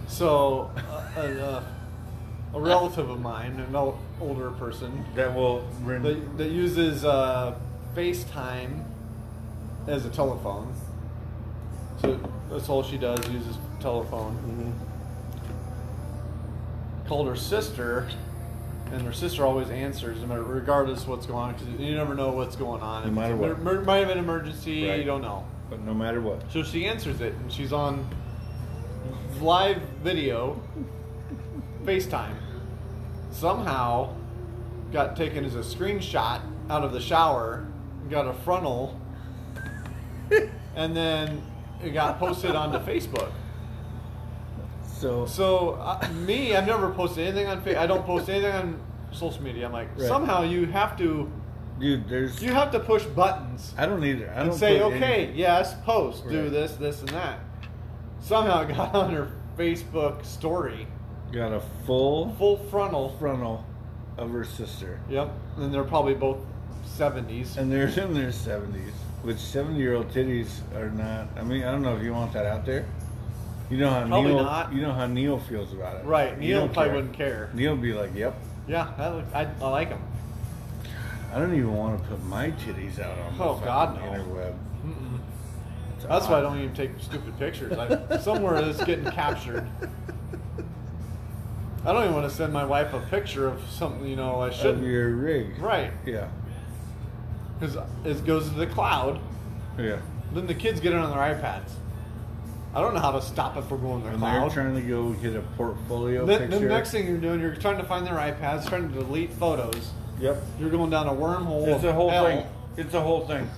Speaker 2: So, uh, uh, a relative of mine, an ol- older person,
Speaker 1: That will. Re-
Speaker 2: that, that uses uh, FaceTime as a telephone. So that's all she does, uses telephone.
Speaker 1: Mm-hmm.
Speaker 2: Called her sister, and her sister always answers, no matter, regardless what's going on, because you never know what's going on.
Speaker 1: No matter
Speaker 2: It
Speaker 1: what.
Speaker 2: might- might have been an emergency,
Speaker 1: Right.
Speaker 2: you don't know.
Speaker 1: but no matter what,
Speaker 2: So she answers it, and she's on live video, FaceTime. Somehow got taken as a screenshot out of the shower, got a frontal, and then it got posted onto Facebook.
Speaker 1: so
Speaker 2: So uh, me, I've never posted anything on Facebook. I don't post anything on social media. I'm like,
Speaker 1: Right.
Speaker 2: somehow you have to,
Speaker 1: dude, there's.
Speaker 2: you have to push buttons
Speaker 1: I don't either. I don't
Speaker 2: and say,
Speaker 1: put any-
Speaker 2: okay, yes, post, do
Speaker 1: Right.
Speaker 2: this, this, and that. Somehow it got on her Facebook story,
Speaker 1: Got a full
Speaker 2: full frontal.
Speaker 1: frontal of her sister.
Speaker 2: Yep, and they're probably both 70s.
Speaker 1: And they're in their 70s, which 70 year old titties are not. I mean, I don't know if you want that out there. You know how
Speaker 2: Probably
Speaker 1: Neil,
Speaker 2: not.
Speaker 1: You know how Neil feels about it,
Speaker 2: right,
Speaker 1: He
Speaker 2: Neil
Speaker 1: don't
Speaker 2: probably
Speaker 1: care.
Speaker 2: wouldn't care.
Speaker 1: Neil would be like, "Yep,
Speaker 2: Yeah, that looks, I, I like him.
Speaker 1: I don't even want to put my titties out on the
Speaker 2: Oh,
Speaker 1: fucking
Speaker 2: God, no.
Speaker 1: interweb."
Speaker 2: Mm-mm.
Speaker 1: It's
Speaker 2: That's why I
Speaker 1: odd.
Speaker 2: don't even take stupid pictures. I, somewhere it's getting captured. I don't even want to send my wife a picture of something, you know, I
Speaker 1: Of
Speaker 2: shouldn't.
Speaker 1: your rig,
Speaker 2: Right,
Speaker 1: Yeah,
Speaker 2: because it goes to the cloud.
Speaker 1: yeah.
Speaker 2: Then the kids get it on their iPads. I don't know how to stop it from going to the
Speaker 1: And they're
Speaker 2: cloud.
Speaker 1: trying to go get a portfolio
Speaker 2: The,
Speaker 1: picture.
Speaker 2: the next thing you're doing, you're trying to find their iPads, trying to delete photos.
Speaker 1: yep,
Speaker 2: You're going down a wormhole.
Speaker 1: it's
Speaker 2: of
Speaker 1: a whole
Speaker 2: hell.
Speaker 1: thing. It's a whole thing.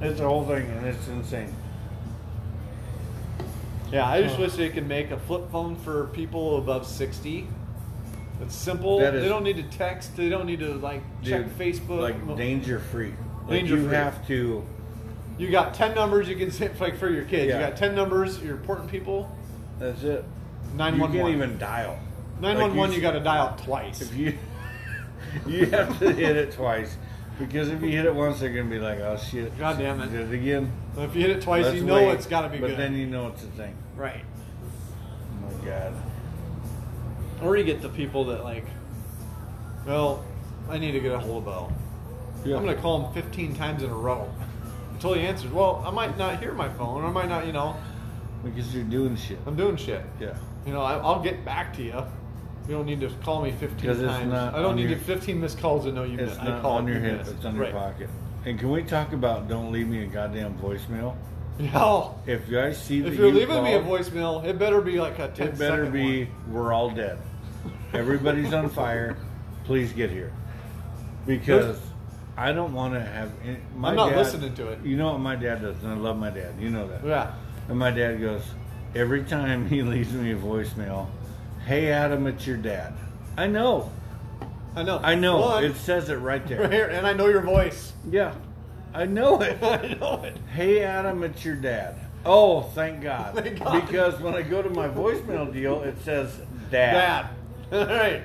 Speaker 1: it's a whole thing, and it's insane.
Speaker 2: Yeah, I just wish they could make a flip phone for people above 60. It's simple.
Speaker 1: That
Speaker 2: they
Speaker 1: is-
Speaker 2: don't need to text. They don't need to like check
Speaker 1: Dude,
Speaker 2: Facebook.
Speaker 1: Like danger free. Like
Speaker 2: Danger
Speaker 1: you
Speaker 2: free.
Speaker 1: have to.
Speaker 2: you got 10 numbers you can hit like for your kids.
Speaker 1: Yeah.
Speaker 2: You got 10 numbers. You're important people.
Speaker 1: That's it. You
Speaker 2: 911.
Speaker 1: can't even dial.
Speaker 2: 911.
Speaker 1: Like
Speaker 2: you got to dial twice.
Speaker 1: If you you have to hit it twice because if you hit it once, they're gonna be like, "Oh shit!"
Speaker 2: God damn it.
Speaker 1: Did it again.
Speaker 2: If you hit it twice,
Speaker 1: Let's
Speaker 2: you know
Speaker 1: wait.
Speaker 2: it's got to be
Speaker 1: But
Speaker 2: good.
Speaker 1: then you know it's a thing.
Speaker 2: right.
Speaker 1: Oh my god.
Speaker 2: Or you get the people that like, well, I need to get a hold of Bell. I'm gonna call him 15 times in a row until he answers. Well, I might not hear my phone. I might not, you know,
Speaker 1: because you're doing shit.
Speaker 2: I'm doing shit.
Speaker 1: Yeah.
Speaker 2: You know, I, I'll get back to you. You don't need to call me 15
Speaker 1: 'Cause
Speaker 2: times.
Speaker 1: it's not
Speaker 2: I don't
Speaker 1: on
Speaker 2: need
Speaker 1: your-
Speaker 2: 15 missed calls to know you
Speaker 1: It's
Speaker 2: missed. I
Speaker 1: not
Speaker 2: called
Speaker 1: on your
Speaker 2: you
Speaker 1: hip.
Speaker 2: missed.
Speaker 1: It's on your
Speaker 2: right.
Speaker 1: pocket. And can we talk about don't leave me a goddamn voicemail?
Speaker 2: No.
Speaker 1: If I see that
Speaker 2: If you're
Speaker 1: you
Speaker 2: leaving me a
Speaker 1: called-
Speaker 2: voicemail, it better be like a 10
Speaker 1: It better
Speaker 2: second
Speaker 1: be
Speaker 2: one.
Speaker 1: we're all dead. Everybody's on fire. Please get here. Because
Speaker 2: There's-
Speaker 1: I don't want to have. Any, my
Speaker 2: I'm not
Speaker 1: dad-
Speaker 2: listening to it.
Speaker 1: You know what my dad does, and I love my dad. You know that.
Speaker 2: Yeah.
Speaker 1: And my dad goes every time he leaves me a voicemail. Hey Adam, it's your dad. I know.
Speaker 2: I know.
Speaker 1: I know.
Speaker 2: One,
Speaker 1: It says it right there.
Speaker 2: right here, and I know your voice.
Speaker 1: Yeah, I know it.
Speaker 2: I know it.
Speaker 1: Hey Adam, it's your dad. Oh, thank God.
Speaker 2: Thank God.
Speaker 1: Because when I go to my voicemail deal, it says dad.
Speaker 2: Bad. All right.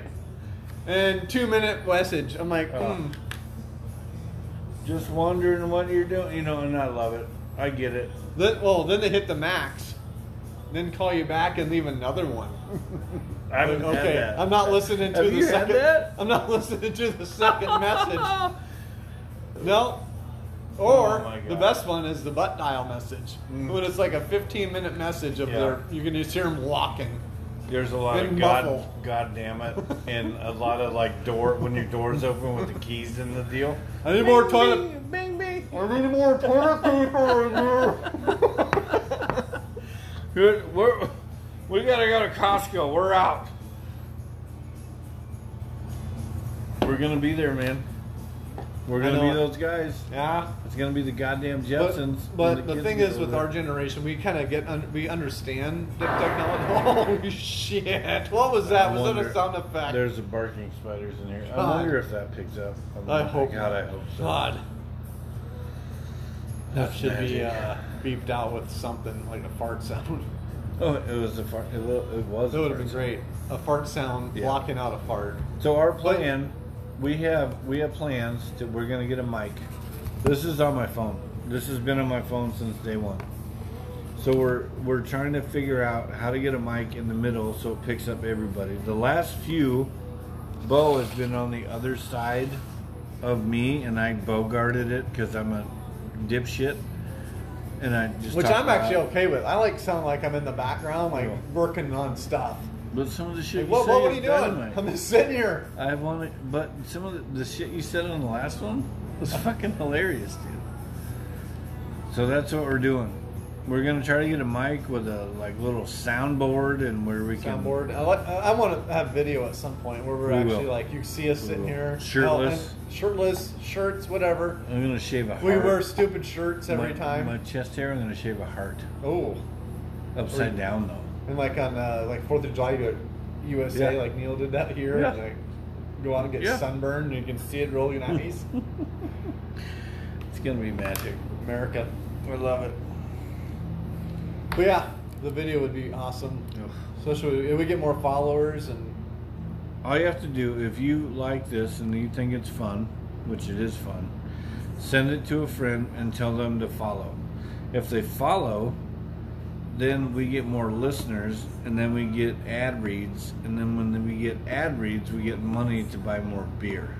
Speaker 2: And two minute message. I'm like,
Speaker 1: Oh.
Speaker 2: hmm.
Speaker 1: Just wondering what you're doing, you know, and I love it. I get it.
Speaker 2: Then, well, then they hit the max, then call you back and leave another one.
Speaker 1: I haven't
Speaker 2: okay,
Speaker 1: had that.
Speaker 2: I'm not listening to
Speaker 1: Have
Speaker 2: the
Speaker 1: you had
Speaker 2: second.
Speaker 1: that?
Speaker 2: I'm not listening to the second message. No. Or
Speaker 1: Oh my God.
Speaker 2: the best one is the butt dial message.
Speaker 1: Mm.
Speaker 2: When it's like a 15 minute message of
Speaker 1: Yeah.
Speaker 2: their, you can just hear them walking.
Speaker 1: There's a lot of
Speaker 2: Big
Speaker 1: god,
Speaker 2: muffle.
Speaker 1: god damn it, and a lot of like door when your door's open with the keys in the deal.
Speaker 2: I need more toilet.
Speaker 1: Bing, bing.
Speaker 2: I need more toilet paper.
Speaker 1: Good. We're, we gotta go to Costco. We're out. We're gonna be there, man. We're
Speaker 2: I
Speaker 1: gonna be
Speaker 2: know it.
Speaker 1: those guys.
Speaker 2: yeah.
Speaker 1: It's gonna be the goddamn Jetsons.
Speaker 2: But, but
Speaker 1: when
Speaker 2: the
Speaker 1: kids
Speaker 2: thing
Speaker 1: get
Speaker 2: is,
Speaker 1: over
Speaker 2: with
Speaker 1: there.
Speaker 2: our generation, we kind of get un- we understand the technology. Holy shit! What was that?
Speaker 1: I
Speaker 2: was that
Speaker 1: wonder-
Speaker 2: a sound effect?
Speaker 1: There's a barking spiders in here. I
Speaker 2: God.
Speaker 1: wonder if that picks up.
Speaker 2: I
Speaker 1: my
Speaker 2: hope
Speaker 1: God,
Speaker 2: not.
Speaker 1: I hope so.
Speaker 2: God. That
Speaker 1: That's
Speaker 2: should be
Speaker 1: magic.
Speaker 2: uh, beeped out with something like a fart sound.
Speaker 1: Oh, it was a fart. It, wa- it was.
Speaker 2: That
Speaker 1: a
Speaker 2: would have been
Speaker 1: fart.
Speaker 2: great. A fart sound
Speaker 1: Yeah.
Speaker 2: blocking out a fart.
Speaker 1: So our plan, we have we have plans to we're gonna get a mic. This is on my phone. This has been on my phone since day one. So we're we're trying to figure out how to get a mic in the middle so it picks up everybody. The last few, Bo has been on the other side of me, and I bogarted it because I'm a dipshit, and I just
Speaker 2: Which
Speaker 1: talk
Speaker 2: I'm actually
Speaker 1: loud.
Speaker 2: okay with. I like sound like I'm in the background, like
Speaker 1: Yeah.
Speaker 2: working on stuff.
Speaker 1: But some of the shit.
Speaker 2: Like,
Speaker 1: you
Speaker 2: what,
Speaker 1: say
Speaker 2: what, what are
Speaker 1: is
Speaker 2: you doing?
Speaker 1: dynamite.
Speaker 2: I'm just sitting here.
Speaker 1: I want it, but some of the, the shit you said on the last one was fucking hilarious, dude. So that's what we're doing. We're gonna try to get a mic with a like little soundboard and where we can
Speaker 2: soundboard. I, like, I want to have video at some point where we're
Speaker 1: We
Speaker 2: actually
Speaker 1: will.
Speaker 2: like you see us
Speaker 1: We
Speaker 2: sitting
Speaker 1: will.
Speaker 2: here Oh,
Speaker 1: Shirtless.
Speaker 2: and shirtless, shirts, whatever.
Speaker 1: I'm gonna shave a heart.
Speaker 2: We wear stupid shirts every
Speaker 1: my,
Speaker 2: time.
Speaker 1: My chest hair. I'm gonna shave a heart
Speaker 2: Oh,
Speaker 1: upside
Speaker 2: Or-
Speaker 1: down though.
Speaker 2: and like on uh, like Fourth of July, you go to USA,
Speaker 1: Yeah.
Speaker 2: like Neil did that here.
Speaker 1: Yeah.
Speaker 2: and, like, go out and get
Speaker 1: Yeah.
Speaker 2: sunburned, and you can see it roll your eyes.
Speaker 1: It's gonna be magic.
Speaker 2: America.
Speaker 1: I love it.
Speaker 2: But yeah, the video would be awesome. Especially if we get more followers and
Speaker 1: All you have to do, if you like this and you think it's fun, which it is fun, send it to a friend and tell them to follow. If they follow, then we get more listeners, and then we get ad reads, and then when we get ad reads, we get money to buy more beer.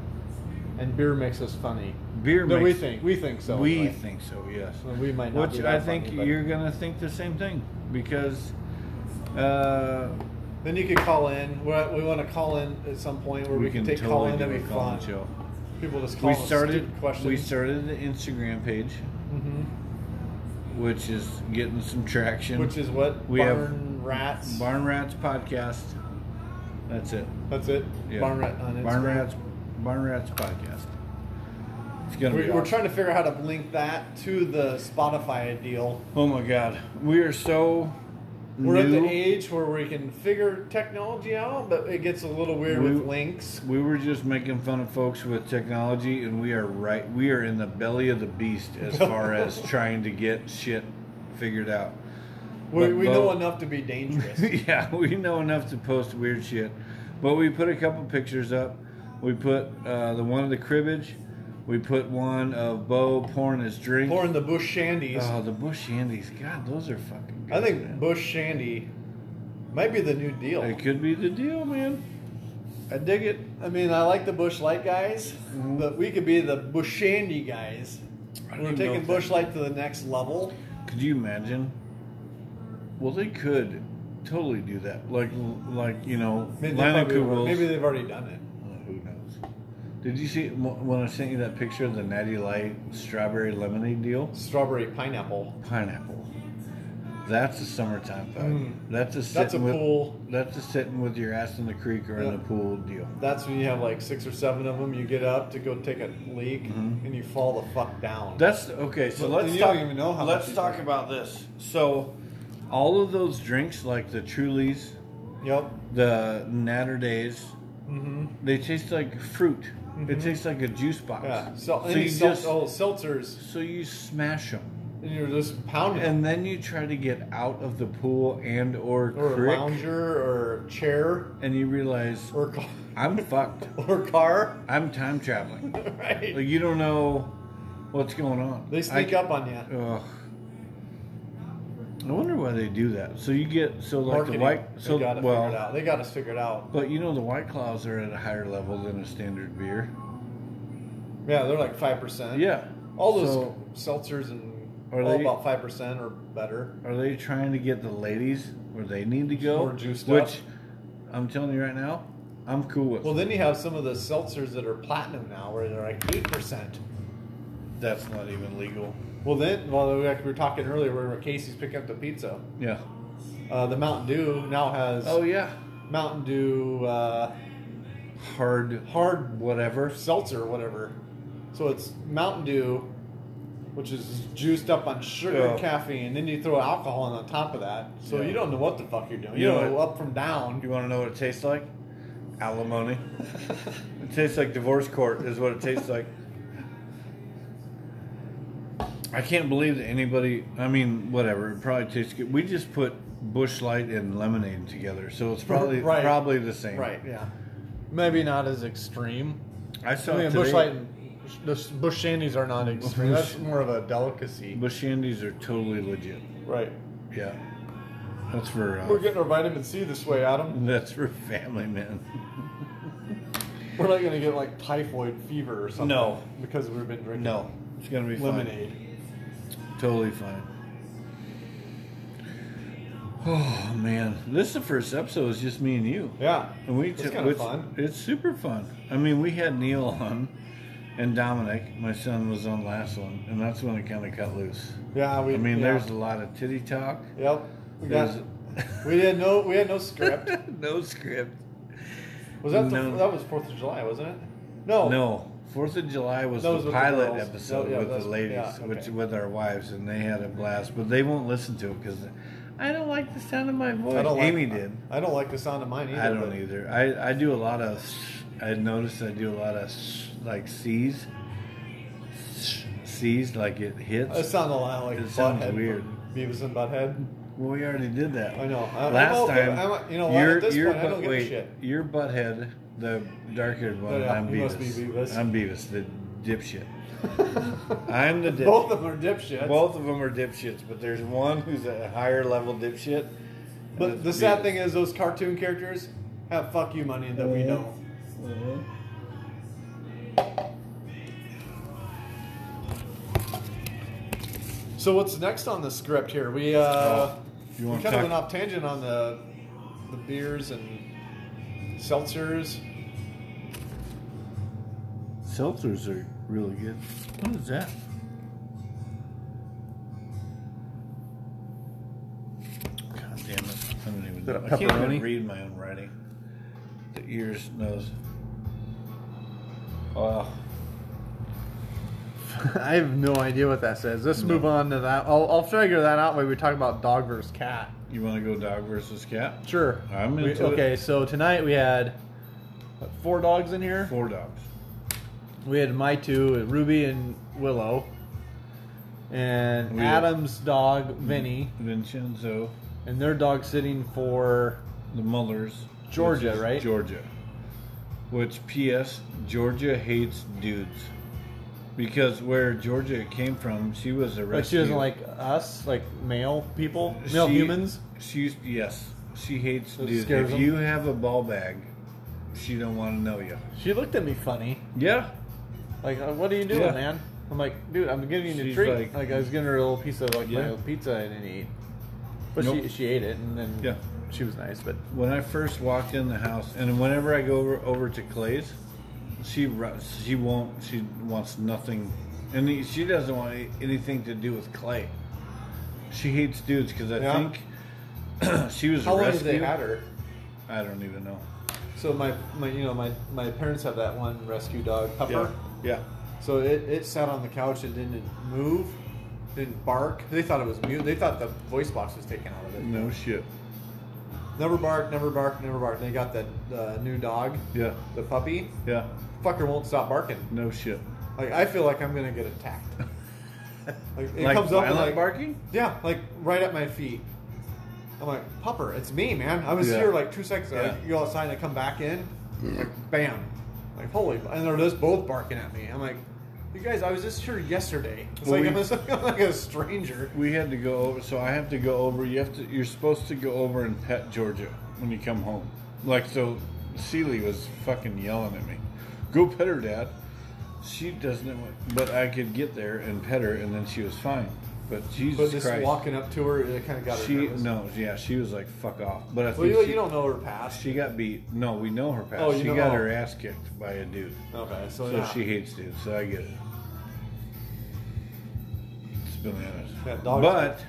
Speaker 2: and beer makes us funny.
Speaker 1: Beer
Speaker 2: No, we
Speaker 1: makes
Speaker 2: think we think so.
Speaker 1: we
Speaker 2: anyway.
Speaker 1: think so, yes.
Speaker 2: Well, we might not
Speaker 1: Which
Speaker 2: be
Speaker 1: I
Speaker 2: that
Speaker 1: think
Speaker 2: funny, but-
Speaker 1: you're gonna think the same thing because uh,
Speaker 2: Then you could call in. We're, we want to call in at some point where we, can, take call in. That'd
Speaker 1: do
Speaker 2: be
Speaker 1: a call
Speaker 2: fun.
Speaker 1: and chill.
Speaker 2: People just call
Speaker 1: We
Speaker 2: in with
Speaker 1: started.
Speaker 2: stupid questions.
Speaker 1: We started the Instagram page,
Speaker 2: hmm
Speaker 1: which is getting some traction.
Speaker 2: Which is what
Speaker 1: We have
Speaker 2: barn rats.
Speaker 1: Barn Rats podcast. That's it.
Speaker 2: That's it.
Speaker 1: Yeah.
Speaker 2: Barn rat on Instagram.
Speaker 1: Barn Rats. Barn Rats podcast. It's gonna
Speaker 2: We,
Speaker 1: be.
Speaker 2: we're
Speaker 1: awesome.
Speaker 2: trying to figure out how to link that to the Spotify deal.
Speaker 1: Oh my God, we are so
Speaker 2: We're at
Speaker 1: new.
Speaker 2: the age where we can figure technology out, but it gets a little weird
Speaker 1: We-
Speaker 2: with links.
Speaker 1: We were just making fun of folks with technology, and we are right. We are in the belly of the beast as far as trying to get shit figured out.
Speaker 2: We,
Speaker 1: But
Speaker 2: we know
Speaker 1: both-
Speaker 2: enough to be dangerous.
Speaker 1: yeah, we know enough to post weird shit. But we put a couple pictures up. We put uh, the one of the cribbage. We put one of Bo pouring his drink.
Speaker 2: Pouring the Bush Shandies.
Speaker 1: oh, the Bush Andes. God, those are fucking good.
Speaker 2: I think
Speaker 1: man.
Speaker 2: Bush Shandy might be the new deal.
Speaker 1: It could be the deal, man.
Speaker 2: I dig it. I mean, I like the Bush Light guys, but we could be the Bush Shandy guys.
Speaker 1: Mm-hmm. I
Speaker 2: We're
Speaker 1: didn't know
Speaker 2: taking
Speaker 1: if
Speaker 2: Bush
Speaker 1: that-
Speaker 2: Light to the next level.
Speaker 1: Could you imagine? Well, they could totally do that. Like, like you know,
Speaker 2: Maybe, they
Speaker 1: Lana
Speaker 2: probably were-
Speaker 1: Kugel's-
Speaker 2: maybe they've already done it.
Speaker 1: Oh, who knows? Did you see when I sent you that picture of the Natty Light strawberry lemonade deal?
Speaker 2: Strawberry pineapple.
Speaker 1: Pineapple. That's a summertime thing. That's a sitting
Speaker 2: Mm. That's a
Speaker 1: with,
Speaker 2: pool.
Speaker 1: That's a sitting with your ass in the creek or in
Speaker 2: Yeah.
Speaker 1: the pool deal.
Speaker 2: That's when you have like six or seven of them. You get up to go take a leak,
Speaker 1: Mm-hmm.
Speaker 2: and you fall the fuck down.
Speaker 1: That's okay. So
Speaker 2: Well,
Speaker 1: let's
Speaker 2: you
Speaker 1: talk.
Speaker 2: don't even know how
Speaker 1: let's
Speaker 2: much you
Speaker 1: talk
Speaker 2: drink.
Speaker 1: about this. So, all of those drinks, like the Trulies,
Speaker 2: yep.
Speaker 1: the Natter Days,
Speaker 2: Mm-hmm.
Speaker 1: they taste like fruit. It tastes like a juice box.
Speaker 2: Yeah. So,
Speaker 1: you
Speaker 2: any sel-
Speaker 1: just
Speaker 2: oh, seltzers,
Speaker 1: so you smash them.
Speaker 2: and you're just pounding.
Speaker 1: and then you try to get out of the pool and or,
Speaker 2: or
Speaker 1: creek
Speaker 2: lounger, or chair,
Speaker 1: and you realize
Speaker 2: or car,
Speaker 1: i'm fucked
Speaker 2: or car.
Speaker 1: i'm time traveling
Speaker 2: right.
Speaker 1: like you don't know what's going on
Speaker 2: they sneak up on you.
Speaker 1: ugh. i wonder why they do that so you get so like
Speaker 2: Marketing.
Speaker 1: the white so
Speaker 2: they got it figured
Speaker 1: well
Speaker 2: out. They got us figured out.
Speaker 1: but you know the white claws are at a higher level than a standard beer
Speaker 2: Yeah, they're like five percent.
Speaker 1: yeah
Speaker 2: All those
Speaker 1: So,
Speaker 2: seltzers and
Speaker 1: Are
Speaker 2: all
Speaker 1: they-
Speaker 2: about five percent or better.
Speaker 1: are they trying to get the ladies where they need to go
Speaker 2: More juiced up.
Speaker 1: which i'm telling you right now i'm cool with
Speaker 2: Well, then you have some of the seltzers that are platinum now, where they're like eight percent.
Speaker 1: that's not even legal
Speaker 2: Well, then, well, like we were talking earlier, where Casey's picking up the pizza.
Speaker 1: yeah
Speaker 2: Uh, the Mountain Dew now has
Speaker 1: Oh yeah,
Speaker 2: Mountain Dew uh,
Speaker 1: hard
Speaker 2: hard
Speaker 1: whatever.
Speaker 2: seltzer, or whatever. So it's Mountain Dew, which is juiced up on sugar and
Speaker 1: Yeah.
Speaker 2: caffeine, and then you throw alcohol on top of that. So
Speaker 1: Yeah.
Speaker 2: you don't know what the fuck you're doing. You,
Speaker 1: You know
Speaker 2: don't know
Speaker 1: what?
Speaker 2: up from down.
Speaker 1: You want to know what it tastes like? Alimony. it tastes like divorce court is what it tastes like. I can't believe that anybody. I mean, whatever. It probably tastes good. We just put Bush Light and lemonade together, so it's probably
Speaker 2: Right.
Speaker 1: probably the same.
Speaker 2: Right. Yeah. Maybe not as extreme.
Speaker 1: I saw
Speaker 2: I mean,
Speaker 1: today,
Speaker 2: Bush Light and the Bush Shandies are not extreme. That's more of a delicacy.
Speaker 1: Bush Shandies are totally legit.
Speaker 2: Right.
Speaker 1: Yeah, that's for uh,
Speaker 2: We're getting our vitamin C this way, Adam.
Speaker 1: that's for family men.
Speaker 2: We're not going to get like typhoid fever or something.
Speaker 1: No.
Speaker 2: Because we've been drinking
Speaker 1: No, it's gonna be fine.
Speaker 2: lemonade.
Speaker 1: Totally fine. Oh man, this is the first episode. It's just me and you,
Speaker 2: Yeah.
Speaker 1: and we
Speaker 2: It's
Speaker 1: took-
Speaker 2: kinda fun.
Speaker 1: It's super fun. I mean, we had Neil on, and Dominic, my son, was on last one, and that's when it kind of cut loose.
Speaker 2: Yeah. We,
Speaker 1: I mean,
Speaker 2: yeah.
Speaker 1: there's a lot of titty talk.
Speaker 2: Yep. We got.
Speaker 1: There's
Speaker 2: We had no. We had no script.
Speaker 1: no script.
Speaker 2: Was that
Speaker 1: No.
Speaker 2: the, that was Fourth of July, wasn't it? No.
Speaker 1: No, Fourth of July was
Speaker 2: That
Speaker 1: the
Speaker 2: was with Oh. the
Speaker 1: pilot
Speaker 2: girls.
Speaker 1: episode
Speaker 2: No, yeah,
Speaker 1: with
Speaker 2: that's-
Speaker 1: the ladies,
Speaker 2: yeah, okay.
Speaker 1: which with our wives, and they had a blast. But they won't listen to it because I don't like the sound of my voice.
Speaker 2: I don't.
Speaker 1: Amy
Speaker 2: like,
Speaker 1: did.
Speaker 2: I don't like the sound of mine either.
Speaker 1: I don't
Speaker 2: but-
Speaker 1: either. I, I do a lot of. sh- I noticed I do a lot of sh- like C's. Sh- C's like it hits.
Speaker 2: It sounded a lot like
Speaker 1: It sounds
Speaker 2: Butthead.
Speaker 1: weird.
Speaker 2: from Beavis and Butthead.
Speaker 1: well, we already did that.
Speaker 2: I know. I- I'm
Speaker 1: Last
Speaker 2: okay.
Speaker 1: time,
Speaker 2: I'm- you know what? At
Speaker 1: you're-
Speaker 2: this
Speaker 1: you're
Speaker 2: point, I
Speaker 1: butt-
Speaker 2: don't give a
Speaker 1: wait,
Speaker 2: shit.
Speaker 1: You're butthead, the dark-haired one.
Speaker 2: Oh, yeah,
Speaker 1: I'm
Speaker 2: you
Speaker 1: Beavis.
Speaker 2: must be Beavis.
Speaker 1: I'm Beavis, the dipshit. I'm the dipshit.
Speaker 2: Both of them are dipshits.
Speaker 1: Both of them are dipshits, but there's one who's a higher level dipshit. and
Speaker 2: But
Speaker 1: it's
Speaker 2: the sad
Speaker 1: Beavis.
Speaker 2: thing is, those cartoon characters have fuck you money that we know.
Speaker 1: Mhm.
Speaker 2: So what's next on the script here? We uh,
Speaker 1: Oh, you
Speaker 2: we
Speaker 1: wanna
Speaker 2: kind of
Speaker 1: talk-
Speaker 2: went off tangent on the the beers and seltzers.
Speaker 1: Seltzers are really good. What is that? God damn it. I don't even
Speaker 2: that
Speaker 1: know.
Speaker 2: a
Speaker 1: I can't even
Speaker 2: pepperoni?
Speaker 1: read my own writing. The ears, nose. Wow.
Speaker 2: I have no idea what that says. Let's move on to that. I'll, I'll figure that out when we talk about dog versus cat.
Speaker 1: You want to go dog versus cat?
Speaker 2: Sure.
Speaker 1: I'm
Speaker 2: We-
Speaker 1: into it.
Speaker 2: okay, so tonight we had what, four dogs in here.
Speaker 1: Four dogs.
Speaker 2: We had my two, Ruby and Willow, and
Speaker 1: We-
Speaker 2: Adam's dog Vinny,
Speaker 1: Vincenzo,
Speaker 2: and their dog sitting for.
Speaker 1: the Mullers.
Speaker 2: Georgia,
Speaker 1: which is
Speaker 2: right?
Speaker 1: Georgia. Which, P.S., Georgia hates dudes. Because where Georgia came from, she was a rescue.
Speaker 2: But she doesn't like us, like male people, male
Speaker 1: She-
Speaker 2: humans.
Speaker 1: She used, yes, she hates
Speaker 2: That
Speaker 1: dudes.
Speaker 2: scares
Speaker 1: If
Speaker 2: them?
Speaker 1: you have a ball bag, she don't want to know you.
Speaker 2: She looked at me funny,
Speaker 1: Yeah,
Speaker 2: like, uh, "What are you doing,
Speaker 1: Yeah.
Speaker 2: man?" I'm like, "Dude, I'm giving you a
Speaker 1: She's
Speaker 2: treat." Like,
Speaker 1: like-
Speaker 2: I was giving her a little piece of like my
Speaker 1: Yeah.
Speaker 2: little pizza I didn't eat, but she
Speaker 1: Nope.
Speaker 2: she ate it, and then
Speaker 1: Yeah.
Speaker 2: she was nice, but
Speaker 1: when I first walked in the house, and whenever I go over, over to Clay's, she ru- she won't she wants nothing, and he- she doesn't want any- anything to do with Clay. She hates dudes because I
Speaker 2: Yeah.
Speaker 1: think she was
Speaker 2: how long did
Speaker 1: rescued.
Speaker 2: they have her?
Speaker 1: I don't even know.
Speaker 2: So my, my you know my, my parents have that one rescue dog pupper.
Speaker 1: yeah.
Speaker 2: So it, it sat on the couch and didn't move, didn't bark. They thought it was mute. They thought the voice box was taken out of it.
Speaker 1: No shit.
Speaker 2: Never bark, never bark, never bark. They got that uh, new dog,
Speaker 1: Yeah,
Speaker 2: the puppy.
Speaker 1: yeah.
Speaker 2: Fucker won't stop barking.
Speaker 1: No shit.
Speaker 2: Like I feel like I'm gonna get attacked. Like it
Speaker 1: Like
Speaker 2: comes up and
Speaker 1: violent
Speaker 2: like
Speaker 1: barking?
Speaker 2: Yeah, like right at my feet. I'm like, pupper, it's me, man. I was
Speaker 1: Yeah.
Speaker 2: here like two seconds ago.
Speaker 1: Yeah.
Speaker 2: You go outside and I come back in, like bam, like holy, and they're just both barking at me. I'm like, you guys, I was just here yesterday. It's
Speaker 1: Well,
Speaker 2: like I'm,
Speaker 1: we-
Speaker 2: just, I'm like a stranger.
Speaker 1: We had to go over, so I have to go over. You have to. You're supposed to go over and pet Georgia when you come home. Like so, Celie was fucking yelling at me, "Go pet her, Dad." She doesn't, want- but I could get there and pet her, and then she was fine. But
Speaker 2: But
Speaker 1: Jesus
Speaker 2: just
Speaker 1: Christ,
Speaker 2: walking up to her, it kind of got her.
Speaker 1: she
Speaker 2: nervous.
Speaker 1: no, yeah, she was like, "Fuck off." But I
Speaker 2: Well,
Speaker 1: think
Speaker 2: you,
Speaker 1: she,
Speaker 2: you don't know her past.
Speaker 1: she got beat. No, we know her past.
Speaker 2: Oh, you
Speaker 1: she
Speaker 2: know-
Speaker 1: got
Speaker 2: oh.
Speaker 1: her ass kicked by a dude,
Speaker 2: okay, so,
Speaker 1: so
Speaker 2: yeah.
Speaker 1: she hates dudes. So I get it. It's bananas.
Speaker 2: Yeah, dogs-
Speaker 1: but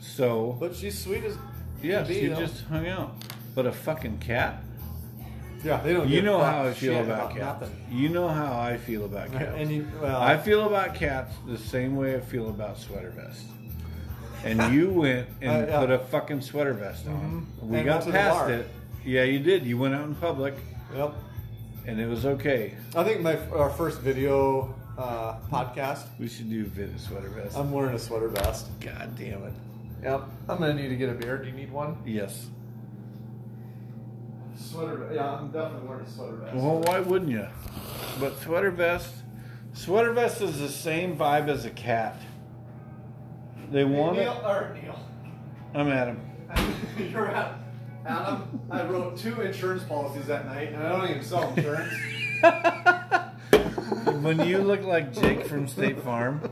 Speaker 1: so
Speaker 2: But she's sweet as.
Speaker 1: Yes,
Speaker 2: can be,
Speaker 1: you
Speaker 2: though.
Speaker 1: just hung out. But a fucking cat?
Speaker 2: Yeah, they don't.
Speaker 1: You
Speaker 2: give a
Speaker 1: know
Speaker 2: fuck
Speaker 1: how I feel
Speaker 2: shit
Speaker 1: about, cats.
Speaker 2: nothing.
Speaker 1: You know how I feel about cats.
Speaker 2: And you, well,
Speaker 1: I feel about cats the same way I feel about sweater vests. And you went and
Speaker 2: Uh, yeah.
Speaker 1: put a fucking sweater vest on.
Speaker 2: Mhm.
Speaker 1: We
Speaker 2: And went
Speaker 1: got
Speaker 2: to the
Speaker 1: past
Speaker 2: bar.
Speaker 1: it. Yeah, you did. You went out in public
Speaker 2: Yep.
Speaker 1: and it was okay.
Speaker 2: I think my our first video uh, podcast.
Speaker 1: We should do vid- sweater vest.
Speaker 2: I'm wearing a sweater vest.
Speaker 1: God damn it.
Speaker 2: Yep. I'm gonna need to get a beer. Do you need one?
Speaker 1: Yes.
Speaker 2: Sweater. Yeah, I'm definitely wearing a sweater vest.
Speaker 1: Well, why wouldn't you? But sweater vest, sweater vest is the same vibe as a cat. They want it.
Speaker 2: or Neil.
Speaker 1: I'm Adam.
Speaker 2: You're out. Adam, I wrote two insurance policies that night, and I don't even sell insurance.
Speaker 1: When you look like Jake from State Farm,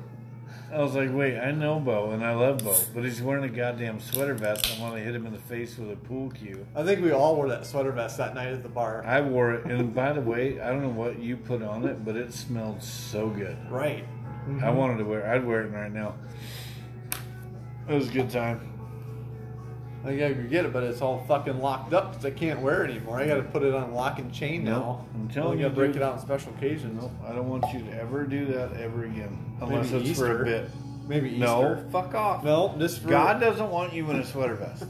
Speaker 1: I was like, wait, I know Bo and I love Bo, but he's wearing a goddamn sweater vest. I want to hit him in the face with a pool cue.
Speaker 2: I think we all wore that sweater vest that night at the bar.
Speaker 1: I wore it, and by the way, I don't know what you put on it, but it smelled so good.
Speaker 2: Right.
Speaker 1: I wanted to wear. I'd wear it right now. It was a good time.
Speaker 2: I gotta go get it, but it's all fucking locked up because I can't wear it anymore. I gotta put it on lock and chain
Speaker 1: Nope.
Speaker 2: now.
Speaker 1: I'm telling
Speaker 2: I gotta
Speaker 1: you,
Speaker 2: break
Speaker 1: dude.
Speaker 2: it out on special occasions.
Speaker 1: No, I don't want you to ever do that ever again, unless
Speaker 2: Maybe
Speaker 1: it's for
Speaker 2: Easter.
Speaker 1: a bit.
Speaker 2: Maybe Easter.
Speaker 1: No, fuck off.
Speaker 2: No, this for
Speaker 1: God doesn't want you in a sweater vest.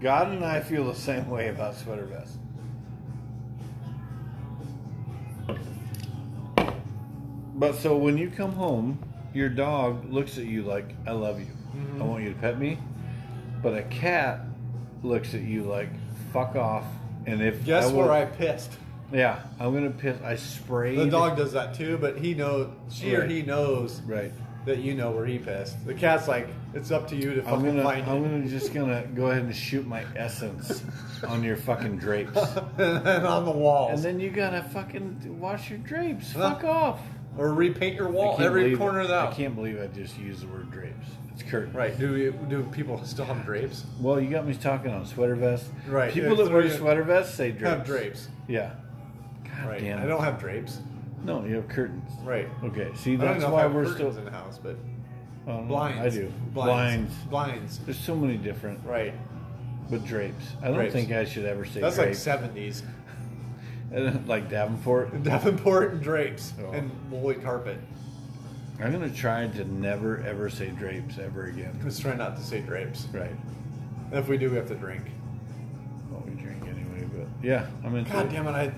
Speaker 1: God and I feel the same way about sweater vests. But so when you come home, your dog looks at you like, I love you.
Speaker 2: Mm-hmm.
Speaker 1: I want you to pet me. But a cat looks at you like, fuck off. And if
Speaker 2: Guess
Speaker 1: will-
Speaker 2: where I pissed.
Speaker 1: Yeah, I'm going to piss. I sprayed.
Speaker 2: The dog does that too, but he knows she or
Speaker 1: Right.
Speaker 2: he knows
Speaker 1: Right.
Speaker 2: that you know where he pissed. The cat's like, it's up to you to
Speaker 1: I'm
Speaker 2: fucking
Speaker 1: gonna,
Speaker 2: find
Speaker 1: I'm
Speaker 2: it.
Speaker 1: gonna just gonna go ahead and shoot my essence on your fucking drapes,
Speaker 2: and on the walls,
Speaker 1: and then you gotta fucking wash your drapes.
Speaker 2: Huh?
Speaker 1: Fuck off.
Speaker 2: or repaint your
Speaker 1: I
Speaker 2: wall
Speaker 1: can't
Speaker 2: every
Speaker 1: believe
Speaker 2: corner
Speaker 1: it.
Speaker 2: of that.
Speaker 1: I can't believe I just used the word drapes. It's curtain.
Speaker 2: Right? Do we, do people still have drapes?
Speaker 1: Well, you got me talking on sweater vests.
Speaker 2: Right,
Speaker 1: People
Speaker 2: it's
Speaker 1: that wear
Speaker 2: really-
Speaker 1: sweater vests say drapes.
Speaker 2: Have drapes?
Speaker 1: Yeah. God
Speaker 2: Right.
Speaker 1: damn.
Speaker 2: I don't have drapes.
Speaker 1: No, you have curtains.
Speaker 2: Right.
Speaker 1: Okay. See,
Speaker 2: I don't
Speaker 1: that's
Speaker 2: know if I
Speaker 1: why
Speaker 2: have
Speaker 1: we're
Speaker 2: curtains
Speaker 1: still.
Speaker 2: in the house, but
Speaker 1: Oh, no,
Speaker 2: blinds.
Speaker 1: I do. Blinds.
Speaker 2: Blinds. Blinds.
Speaker 1: There's so many different,
Speaker 2: Right.
Speaker 1: but drapes. I don't
Speaker 2: Drapes.
Speaker 1: think I should ever say
Speaker 2: That's like
Speaker 1: drapes.
Speaker 2: seventies.
Speaker 1: like Davenport.
Speaker 2: Davenport and drapes
Speaker 1: Oh.
Speaker 2: and woolly carpet.
Speaker 1: I'm gonna try to never ever say drapes ever again.
Speaker 2: Let's try not to say drapes.
Speaker 1: Right.
Speaker 2: If we do, we have to drink.
Speaker 1: Well, we drink anyway, but yeah, I'm into
Speaker 2: God
Speaker 1: it.
Speaker 2: damn it! I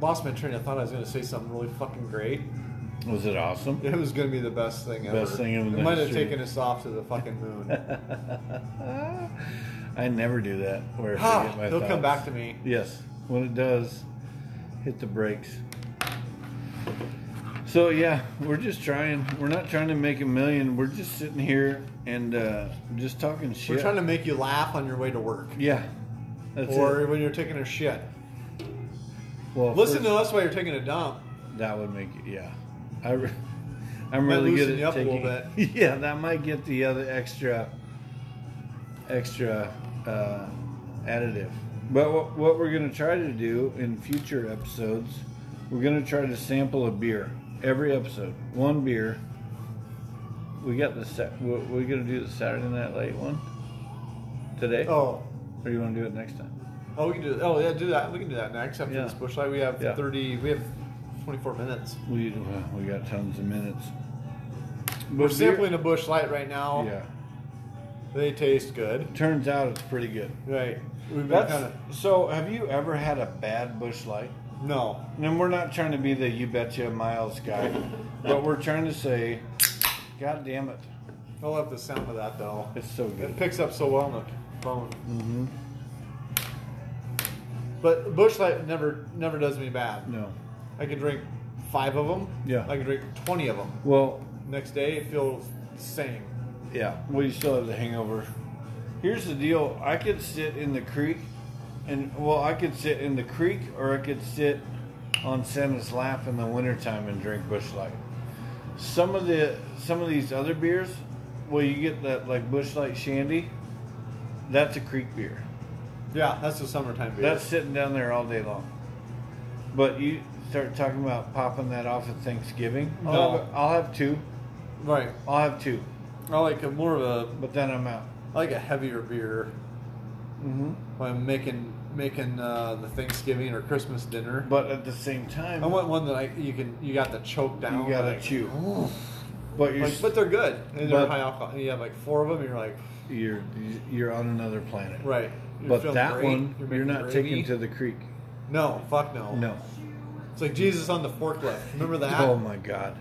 Speaker 2: lost my train. I thought I was going to say something really fucking great.
Speaker 1: Was it awesome?
Speaker 2: It was going to be the best thing ever.
Speaker 1: Best thing in the
Speaker 2: It might have
Speaker 1: history.
Speaker 2: taken us off to the fucking moon.
Speaker 1: Ah, I never do that. Where I
Speaker 2: Ha!
Speaker 1: forget my
Speaker 2: They'll come
Speaker 1: thoughts.
Speaker 2: back to me.
Speaker 1: Yes, when it does, hit the brakes. So yeah, we're just trying. We're not trying to make a million. We're just sitting here and uh, just talking shit.
Speaker 2: We're trying to make you laugh on your way to work,
Speaker 1: Yeah, that's
Speaker 2: or
Speaker 1: it.
Speaker 2: when you're taking a shit.
Speaker 1: Well,
Speaker 2: Listen
Speaker 1: first-
Speaker 2: to us while you're taking a dump.
Speaker 1: That would make it, yeah. I, re- I'm
Speaker 2: Might
Speaker 1: really good
Speaker 2: loosen
Speaker 1: at
Speaker 2: you up a
Speaker 1: taking.
Speaker 2: little
Speaker 1: Yeah, that might get the other extra, extra uh, additive. But what, what we're gonna try to do in future episodes, we're gonna try to sample a beer every episode. One beer. We got the set. We're, we're gonna do the Saturday Night Late one today,
Speaker 2: Oh,
Speaker 1: or you want to do it next time?
Speaker 2: oh, we can do. Oh yeah, do that. We can do that next after
Speaker 1: Yeah.
Speaker 2: this bushlight. We have
Speaker 1: Yeah.
Speaker 2: thirty. We have twenty-four minutes.
Speaker 1: We well, we got tons of minutes.
Speaker 2: We're
Speaker 1: But
Speaker 2: sampling a bush light right now.
Speaker 1: beer- Yeah.
Speaker 2: They taste good.
Speaker 1: Turns out it's pretty good.
Speaker 2: Right. We've been
Speaker 1: That's
Speaker 2: kind of
Speaker 1: so. Have you ever had a bad bush light?
Speaker 2: no.
Speaker 1: And we're not trying to be the you betcha miles guy, but we're trying to say, God damn it,
Speaker 2: I love the sound of that though.
Speaker 1: it's so good.
Speaker 2: It picks up so well on the phone. Mm-hmm. But bushlight never never does me bad.
Speaker 1: No,
Speaker 2: I can drink five of them.
Speaker 1: Yeah.
Speaker 2: I can drink twenty of them.
Speaker 1: well,
Speaker 2: Next day, it feels the same.
Speaker 1: yeah, well, you still have the hangover. Here's the deal: I could sit in the creek, and well, I could sit in the creek, or I could sit on Santa's lap in the wintertime and drink bush light. Some of the some of these other beers, well, you get that like bush light shandy. That's a creek beer.
Speaker 2: Yeah, that's the summertime beer.
Speaker 1: That's sitting down there all day long. But you start talking about popping that off at Thanksgiving. I'll,
Speaker 2: No.
Speaker 1: have, I'll have two.
Speaker 2: right.
Speaker 1: I'll have two,
Speaker 2: I like a more of a
Speaker 1: but then I'm out.
Speaker 2: I like a heavier beer
Speaker 1: Mm-hmm.
Speaker 2: when I'm making making uh, the Thanksgiving or Christmas dinner.
Speaker 1: But at the same time,
Speaker 2: I want one that I, you can you got to choke down.
Speaker 1: you gotta
Speaker 2: like,
Speaker 1: chew.
Speaker 2: oof.
Speaker 1: But you're
Speaker 2: Like, but they're good. And they're
Speaker 1: But-
Speaker 2: high alcohol. You have like four of them. You're like,
Speaker 1: you're you're on another planet.
Speaker 2: right. You're
Speaker 1: But
Speaker 2: feeling
Speaker 1: that
Speaker 2: great,
Speaker 1: one, you're,
Speaker 2: making
Speaker 1: not
Speaker 2: gravy.
Speaker 1: taking to the creek.
Speaker 2: No, fuck no.
Speaker 1: No.
Speaker 2: It's like Jesus on the forklift. Remember that?
Speaker 1: Oh my God.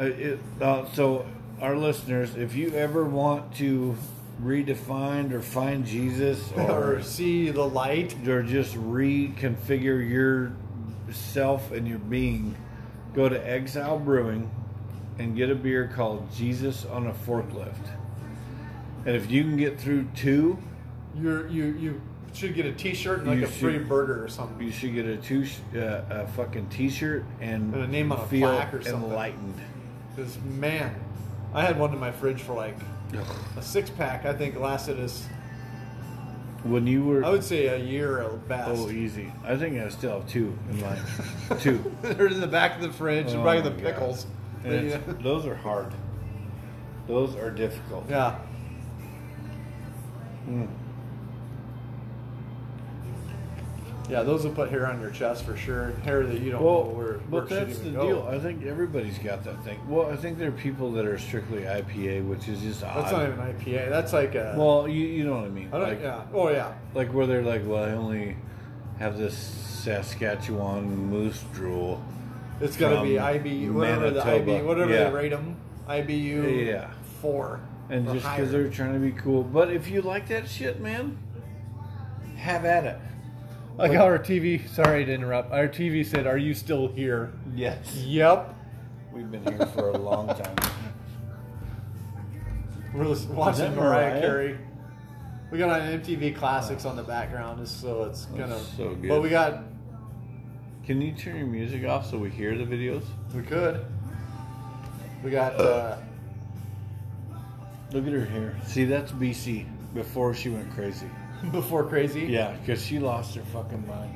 Speaker 1: Uh, it, uh, so, our listeners, if you ever want to redefine or find Jesus
Speaker 2: or see the light.
Speaker 1: or just reconfigure your self and your being, go to Exile Brewing and get a beer called Jesus on a Forklift. And if you can get through two,
Speaker 2: You're you you should get a T-shirt and like
Speaker 1: You
Speaker 2: a free
Speaker 1: should-
Speaker 2: burger or something.
Speaker 1: you should get a two uh, a fucking T-shirt and
Speaker 2: And a name on a
Speaker 1: feel
Speaker 2: plaque or something.
Speaker 1: enlightened.
Speaker 2: Because man, I had one in my fridge for like a six pack. I think lasted us.
Speaker 1: When you were
Speaker 2: I would say a year at best.
Speaker 1: oh easy, I think I still have two in mine. two.
Speaker 2: They're in the back of the fridge,
Speaker 1: Oh
Speaker 2: probably
Speaker 1: my
Speaker 2: the
Speaker 1: God.
Speaker 2: pickles.
Speaker 1: And it's- those are hard. Those are difficult.
Speaker 2: yeah.
Speaker 1: Mm.
Speaker 2: Yeah, those will put hair on your chest for sure. Hair that you don't
Speaker 1: Well,
Speaker 2: know where, where
Speaker 1: but
Speaker 2: it should
Speaker 1: that's the
Speaker 2: even go.
Speaker 1: deal. I think everybody's got that thing. Well, I think there are people that are strictly IPA, which is just odd.
Speaker 2: That's not even IPA. That's like a.
Speaker 1: well, you, you know what I mean.
Speaker 2: I don't,
Speaker 1: like,
Speaker 2: yeah. Oh yeah.
Speaker 1: like where they're like, well, I only have this Saskatchewan moose drool.
Speaker 2: It's got to be
Speaker 1: From
Speaker 2: IB, whatever the
Speaker 1: Manitoba.
Speaker 2: IB, whatever
Speaker 1: Yeah.
Speaker 2: they rate them, IBU
Speaker 1: Yeah.
Speaker 2: four.
Speaker 1: And
Speaker 2: or
Speaker 1: just
Speaker 2: higher.
Speaker 1: because they're trying to be cool. But if you like that shit, man, have at it.
Speaker 2: like our TV. Sorry to interrupt. Our TV said, "Are you still here?"
Speaker 1: Yes.
Speaker 2: Yep.
Speaker 1: We've been here for a long time.
Speaker 2: We're listening, watching
Speaker 1: that
Speaker 2: Mariah,
Speaker 1: Mariah?
Speaker 2: Carey. We got on MTV Classics on the background, so it's kind of.
Speaker 1: so good.
Speaker 2: But we got.
Speaker 1: Can you turn your music off so we hear the videos?
Speaker 2: We could. We got. Uh,
Speaker 1: Look at her hair. See, that's BC before she went crazy.
Speaker 2: before crazy.
Speaker 1: Yeah, because she lost her fucking mind.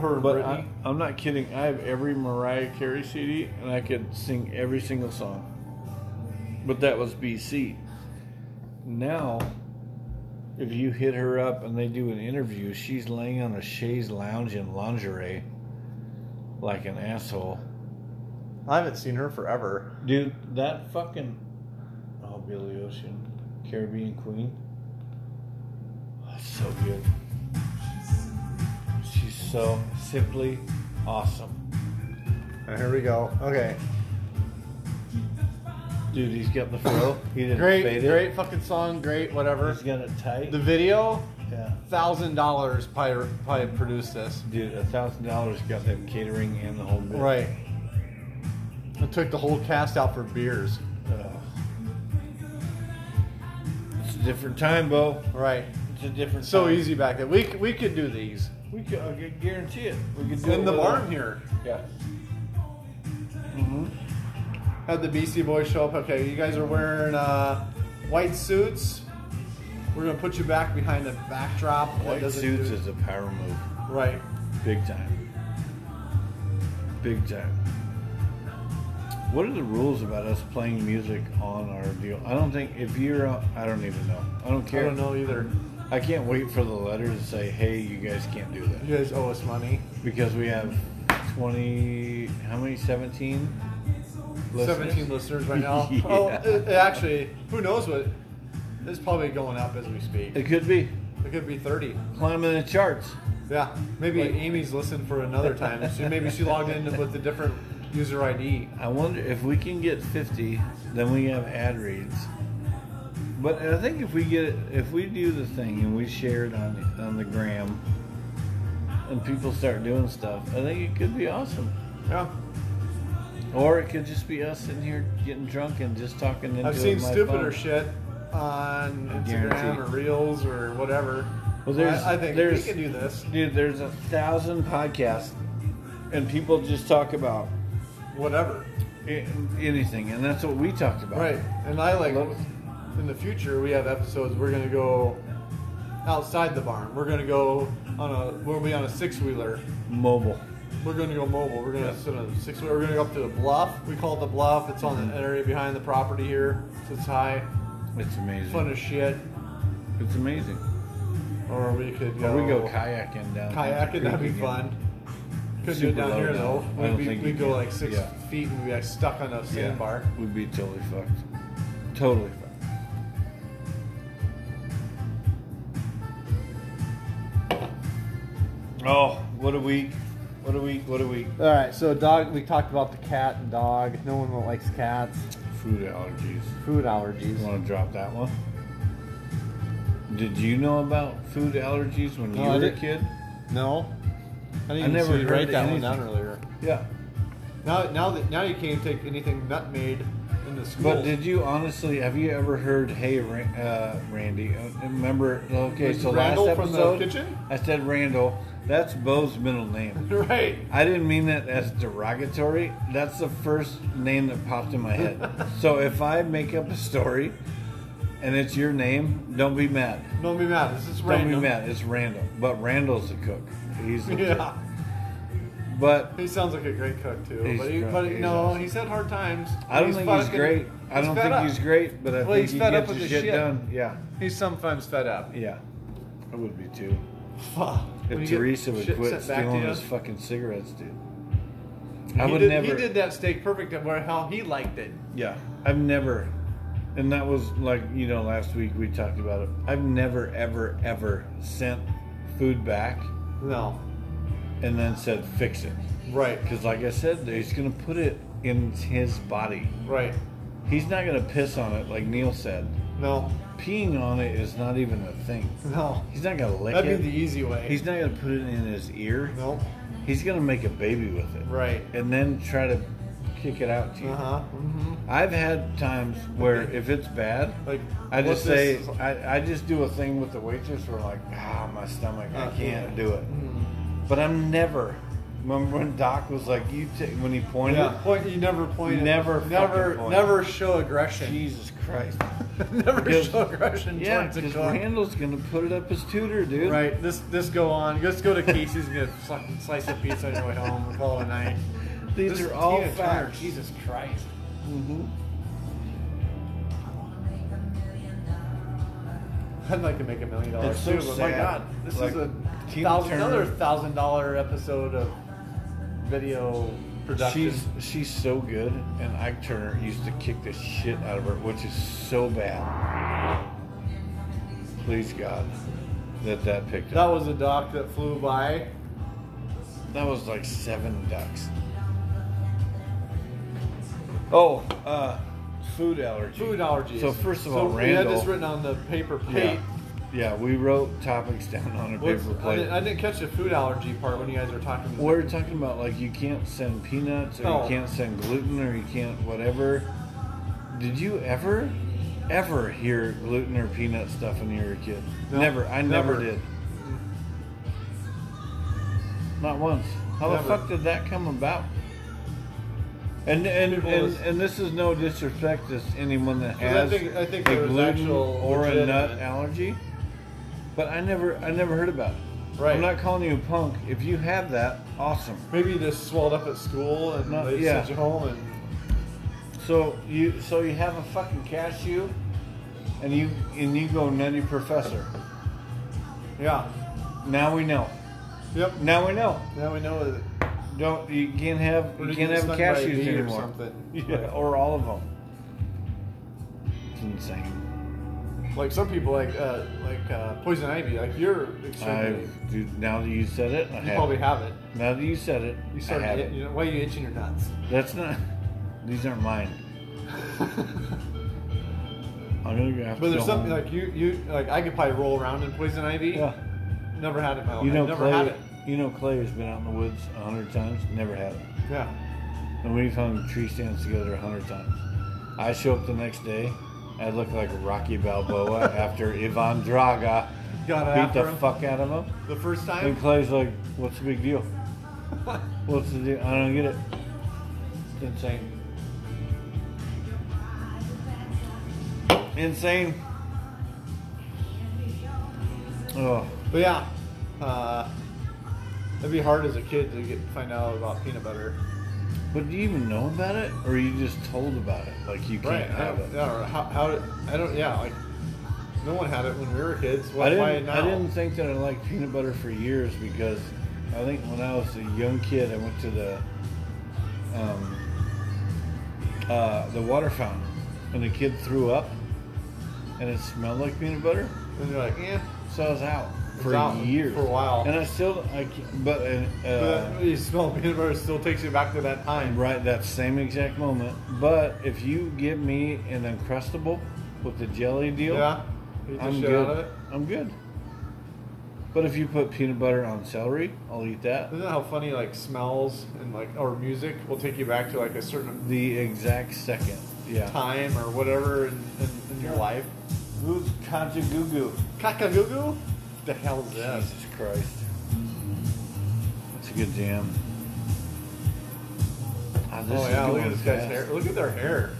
Speaker 2: Her and
Speaker 1: But
Speaker 2: Britney.
Speaker 1: I, I'm not kidding. I have every Mariah Carey CD, and I could sing every single song. But that was BC. Now, if you hit her up and they do an interview, she's laying on a chaise lounge in lingerie, like an asshole.
Speaker 2: I haven't seen her forever.
Speaker 1: Dude, that fucking oh Billy Ocean, Caribbean Queen. That's so good. She's so simply awesome.
Speaker 2: And here we go. Okay.
Speaker 1: Dude, he's got the fro. He didn't
Speaker 2: Great,
Speaker 1: fade it.
Speaker 2: great fucking song. Great, whatever.
Speaker 1: He's got it tight.
Speaker 2: The video,
Speaker 1: yeah.
Speaker 2: thousand dollars probably probably produced this.
Speaker 1: Dude, a thousand dollars got them catering and the whole bit.
Speaker 2: Right. It took the whole cast out for beers.
Speaker 1: Ugh. Uh, it's a different time, Bo.
Speaker 2: Right.
Speaker 1: It's a different.
Speaker 2: So
Speaker 1: time.
Speaker 2: easy back then. We c- we could do these
Speaker 1: We could I could guarantee it. We could do it
Speaker 2: in the
Speaker 1: with
Speaker 2: barn
Speaker 1: a-
Speaker 2: here.
Speaker 1: Yeah. Mm-hmm.
Speaker 2: Had the BC Boys show up. Okay, you guys are wearing uh, white suits. We're gonna put you back behind the backdrop. that
Speaker 1: White
Speaker 2: doesn't
Speaker 1: suits
Speaker 2: do-
Speaker 1: is a power move,
Speaker 2: right.
Speaker 1: big time. Big time. What are the rules about us playing music on our deal? I don't think if you're, a- I don't even know. I don't care.
Speaker 2: I don't know either.
Speaker 1: I can't wait for the letter to say, "Hey, you guys can't do that."
Speaker 2: You guys owe us money.
Speaker 1: because we have 20 how many 17
Speaker 2: Seventeen listeners right now.
Speaker 1: Yeah.
Speaker 2: Oh, it, it actually, who knows what? It's probably going up as we speak.
Speaker 1: it could be
Speaker 2: It could be thirty.
Speaker 1: climbing the charts
Speaker 2: Yeah, maybe
Speaker 1: Like-
Speaker 2: Amy's listened for another time. She, maybe she logged in with a different user ID.
Speaker 1: i wonder if we can get 50 then we have ad reads but i think if we get it if we do the thing and we share it on on the gram and people start doing stuff i think it could be awesome
Speaker 2: Yeah,
Speaker 1: or it could just be us sitting here getting drunk and just talking into
Speaker 2: I've seen
Speaker 1: my
Speaker 2: stupider
Speaker 1: phone.
Speaker 2: shit on
Speaker 1: I
Speaker 2: Instagram
Speaker 1: guarantee.
Speaker 2: or Reels or whatever.
Speaker 1: Well, there's-
Speaker 2: I, I think
Speaker 1: there's-
Speaker 2: we can do this.
Speaker 1: dude there's a thousand podcasts and people just talk about
Speaker 2: Whatever,
Speaker 1: A- anything, and that's what we talked about.
Speaker 2: right? And I like
Speaker 1: Love-
Speaker 2: in the future we have episodes. We're gonna go outside the barn. We're gonna go on a. We'll be on a six wheeler.
Speaker 1: Mobile.
Speaker 2: We're going to go mobile. We're going to
Speaker 1: Yeah.
Speaker 2: sit on the six. We're going to go up to the bluff. We call it the bluff. It's on the
Speaker 1: Mm-hmm.
Speaker 2: area behind the property here. So it's high,
Speaker 1: It's amazing.
Speaker 2: fun as shit.
Speaker 1: It's amazing.
Speaker 2: Or we could
Speaker 1: Or
Speaker 2: go.
Speaker 1: we go kayaking down.
Speaker 2: kayaking. That'd be
Speaker 1: Creek
Speaker 2: fun.
Speaker 1: again.
Speaker 2: Couldn't do it
Speaker 1: Super
Speaker 2: down
Speaker 1: low
Speaker 2: here
Speaker 1: down.
Speaker 2: though.
Speaker 1: I don't
Speaker 2: We'd, be,
Speaker 1: think
Speaker 2: we'd
Speaker 1: you
Speaker 2: go
Speaker 1: can.
Speaker 2: like six
Speaker 1: Yeah.
Speaker 2: feet and we'd be like stuck on a sandbar.
Speaker 1: Yeah, we'd be totally fucked. Totally fucked. Oh, what a week! What a week! What a week!
Speaker 2: All right. So dog. We talked about the cat and dog. No one likes cats.
Speaker 1: Food allergies.
Speaker 2: Food allergies.
Speaker 1: You want to drop that one? Did you know about food allergies when you
Speaker 2: No, I
Speaker 1: were a
Speaker 2: didn't.
Speaker 1: kid?
Speaker 2: No. I, didn't
Speaker 1: I
Speaker 2: even
Speaker 1: never
Speaker 2: see you write
Speaker 1: heard
Speaker 2: that one
Speaker 1: anything.
Speaker 2: down earlier.
Speaker 1: Yeah.
Speaker 2: Now, now that now you can't take anything nut made into school.
Speaker 1: But did you honestly have you ever heard? Hey, Ra- uh, Randy. uh, Remember? Okay,
Speaker 2: Was
Speaker 1: so
Speaker 2: Randall
Speaker 1: last
Speaker 2: from the
Speaker 1: episode,
Speaker 2: kitchen?
Speaker 1: I said Randall. That's Bo's middle name.
Speaker 2: right.
Speaker 1: I didn't mean that as derogatory. That's the first name that popped in my head. so if I make up a story, and it's your name, don't be mad.
Speaker 2: Don't be mad. This is
Speaker 1: Don't
Speaker 2: random.
Speaker 1: be mad. It's Randall. But Randall's the cook. He's the
Speaker 2: Yeah,
Speaker 1: cook. But
Speaker 2: he sounds like a great cook too.
Speaker 1: He's
Speaker 2: but he,
Speaker 1: great.
Speaker 2: but he-
Speaker 1: He's
Speaker 2: no,
Speaker 1: awesome.
Speaker 2: he's had hard times.
Speaker 1: I don't think he's
Speaker 2: fucking-
Speaker 1: great. I
Speaker 2: he's
Speaker 1: don't
Speaker 2: fed
Speaker 1: think
Speaker 2: up.
Speaker 1: he's great, but I
Speaker 2: Well,
Speaker 1: think
Speaker 2: he's
Speaker 1: he
Speaker 2: fed up
Speaker 1: gets
Speaker 2: with
Speaker 1: his
Speaker 2: the
Speaker 1: shit,
Speaker 2: shit.
Speaker 1: done. Yeah,
Speaker 2: He's sometimes fed up.
Speaker 1: yeah. I would be too.
Speaker 2: Fuck. When you
Speaker 1: If
Speaker 2: get
Speaker 1: Teresa would
Speaker 2: shit
Speaker 1: quit
Speaker 2: sent back to
Speaker 1: stealing
Speaker 2: you.
Speaker 1: his fucking cigarettes, dude.
Speaker 2: he
Speaker 1: I would
Speaker 2: did,
Speaker 1: never.
Speaker 2: He did that steak perfect at where how he liked it.
Speaker 1: Yeah, I've never. And that was like you know last week we talked about it. I've never ever ever sent food back
Speaker 2: No,
Speaker 1: and then said fix it
Speaker 2: right,
Speaker 1: because like I said, he's gonna put it in his body.
Speaker 2: right.
Speaker 1: He's not gonna piss on it like Neil said.
Speaker 2: No,
Speaker 1: Peeing on it is not even a thing.
Speaker 2: no.
Speaker 1: He's not gonna lick
Speaker 2: That'd
Speaker 1: it.
Speaker 2: be the easy way.
Speaker 1: He's not gonna put it in his ear.
Speaker 2: no,
Speaker 1: He's gonna make a baby with it,
Speaker 2: right.
Speaker 1: and then try to kick it out to you.
Speaker 2: Uh huh. hmm
Speaker 1: I've had times where if it's bad,
Speaker 2: Like
Speaker 1: I
Speaker 2: what
Speaker 1: just say
Speaker 2: this-
Speaker 1: I, I just do a thing with the waitress where like ah my stomach I
Speaker 2: Uh,
Speaker 1: can't
Speaker 2: yeah.
Speaker 1: do it,
Speaker 2: Mhm.
Speaker 1: but I'm never. Remember when Doc was like you ta when he pointed?
Speaker 2: Yeah, point. You never point. at-
Speaker 1: Never
Speaker 2: never,
Speaker 1: fucking point.
Speaker 2: never show aggression.
Speaker 1: Jesus Christ!
Speaker 2: never
Speaker 1: Because-
Speaker 2: show aggression
Speaker 1: yeah,
Speaker 2: towards a
Speaker 1: because
Speaker 2: cook.
Speaker 1: Randall's gonna put it up his tutor, dude.
Speaker 2: Right. This this go on. Let's go to Casey's and get a fucking slice of pizza on your way home and call it a night.
Speaker 1: These
Speaker 2: This
Speaker 1: are all
Speaker 2: Tina Turner,
Speaker 1: facts.
Speaker 2: Jesus Christ.
Speaker 1: hmm
Speaker 2: I'd like to make a million dollars
Speaker 1: It's so
Speaker 2: too, but my
Speaker 1: sad.
Speaker 2: God, this
Speaker 1: Like,
Speaker 2: is a
Speaker 1: Tina
Speaker 2: thousand
Speaker 1: Turner-
Speaker 2: another thousand dollar episode of video production.
Speaker 1: She's she's so good, and Ike Turner used to kick the shit out of her, which is so bad. Please God, that that picked
Speaker 2: that
Speaker 1: up.
Speaker 2: was a dock that flew by.
Speaker 1: That was like seven ducks. Oh, uh, food allergy.
Speaker 2: Food allergies.
Speaker 1: So first of
Speaker 2: So
Speaker 1: all,
Speaker 2: we had
Speaker 1: Randall.
Speaker 2: this written on the paper plate.
Speaker 1: yeah, yeah, we wrote topics down on a
Speaker 2: What's-
Speaker 1: paper
Speaker 2: I,
Speaker 1: plate.
Speaker 2: didn't, I didn't catch the food allergy part when you guys were talking.
Speaker 1: We're talking about like you can't send peanuts or
Speaker 2: Oh.
Speaker 1: you can't send gluten or you can't whatever. Did you ever, ever hear gluten or peanut stuff when you were a kid?
Speaker 2: No,
Speaker 1: never. I never,
Speaker 2: never.
Speaker 1: did. Not once. How
Speaker 2: Mm. Never.
Speaker 1: the fuck did that come about? And and,
Speaker 2: People
Speaker 1: and,
Speaker 2: was-
Speaker 1: and this is no disrespect to anyone that
Speaker 2: Because I
Speaker 1: has
Speaker 2: think- I think
Speaker 1: a
Speaker 2: there was
Speaker 1: gluten
Speaker 2: actual
Speaker 1: or a nut
Speaker 2: legitimate-
Speaker 1: allergy, but I never I never heard about it.
Speaker 2: Right.
Speaker 1: I'm not calling you a punk. If you have that, awesome.
Speaker 2: Maybe you just swelled up at school and
Speaker 1: No,
Speaker 2: they
Speaker 1: yeah.
Speaker 2: sent you home and
Speaker 1: So you so you have a fucking cashew, and you and you go nutty professor.
Speaker 2: yeah.
Speaker 1: Now we know.
Speaker 2: Yep.
Speaker 1: Now we know.
Speaker 2: Now we know that
Speaker 1: Don't you can't have
Speaker 2: Or
Speaker 1: you
Speaker 2: you
Speaker 1: can't
Speaker 2: get
Speaker 1: have
Speaker 2: stung by a
Speaker 1: cashews
Speaker 2: bee or
Speaker 1: anymore.
Speaker 2: something.
Speaker 1: Yeah, or all of them. It's insane.
Speaker 2: like some people like uh, like uh, poison ivy. Like you're extremely.
Speaker 1: I dude, now that you said it, I
Speaker 2: you
Speaker 1: have
Speaker 2: probably
Speaker 1: it.
Speaker 2: have it.
Speaker 1: Now that you said it,
Speaker 2: You
Speaker 1: I
Speaker 2: start.
Speaker 1: have
Speaker 2: It,
Speaker 1: it.
Speaker 2: you know, why are you itching your nuts?
Speaker 1: That's not. These aren't mine. I'm gonna go have
Speaker 2: But
Speaker 1: to
Speaker 2: there's
Speaker 1: go
Speaker 2: something
Speaker 1: home.
Speaker 2: like you you like I could probably roll around in poison ivy.
Speaker 1: yeah.
Speaker 2: Never had it. in My life.
Speaker 1: You know
Speaker 2: never
Speaker 1: Clay.
Speaker 2: had it.
Speaker 1: You know Clay has been out in the woods a hundred times. Never had it.
Speaker 2: Yeah.
Speaker 1: And we've hung tree stands together a hundred times. I show up the next day, I look like Rocky Balboa after Ivan Draga
Speaker 2: Got
Speaker 1: beat
Speaker 2: after
Speaker 1: the
Speaker 2: him
Speaker 1: fuck out of him.
Speaker 2: the first time.
Speaker 1: And Clay's like, "What's the big deal? What's the deal? I don't get it." It's insane. Insane. Oh,
Speaker 2: But yeah, uh, it'd be hard as a kid to get find out about peanut butter.
Speaker 1: but do you even know about it, or are you just told about it? Like you can't
Speaker 2: Right. I
Speaker 1: have
Speaker 2: don't,
Speaker 1: it.
Speaker 2: I don't know how, how did- I don't yeah like no one had it when we were kids. Why,
Speaker 1: I
Speaker 2: why
Speaker 1: didn't,
Speaker 2: now?
Speaker 1: I didn't think that I liked peanut butter for years because I think when I was a young kid, I went to the um, uh, the water fountain and the kid threw up and it smelled like peanut butter.
Speaker 2: And you're like eh.
Speaker 1: So I was out
Speaker 2: It's
Speaker 1: for
Speaker 2: out
Speaker 1: years.
Speaker 2: for a while.
Speaker 1: And I still, I can't, but, uh,
Speaker 2: But you smell peanut butter still takes you back to that time.
Speaker 1: right that same exact moment. But if you give me an Uncrustable with the jelly deal,
Speaker 2: Yeah. You eat the
Speaker 1: I'm
Speaker 2: shit
Speaker 1: good.
Speaker 2: out of it.
Speaker 1: I'm good. But if you put peanut butter on celery, I'll eat that.
Speaker 2: Isn't that how funny like smells and like or music will take you back to like a certain
Speaker 1: The exact second. Yeah.
Speaker 2: time or whatever in, in, in your life?
Speaker 1: Ooh, Kaja Goo Goo.
Speaker 2: Kakagugu? The hell is that?
Speaker 1: Jesus Christ. That's a good jam. Ah, this
Speaker 2: oh
Speaker 1: is
Speaker 2: yeah, look
Speaker 1: going
Speaker 2: at this guy's
Speaker 1: fast.
Speaker 2: hair. Look at their hair.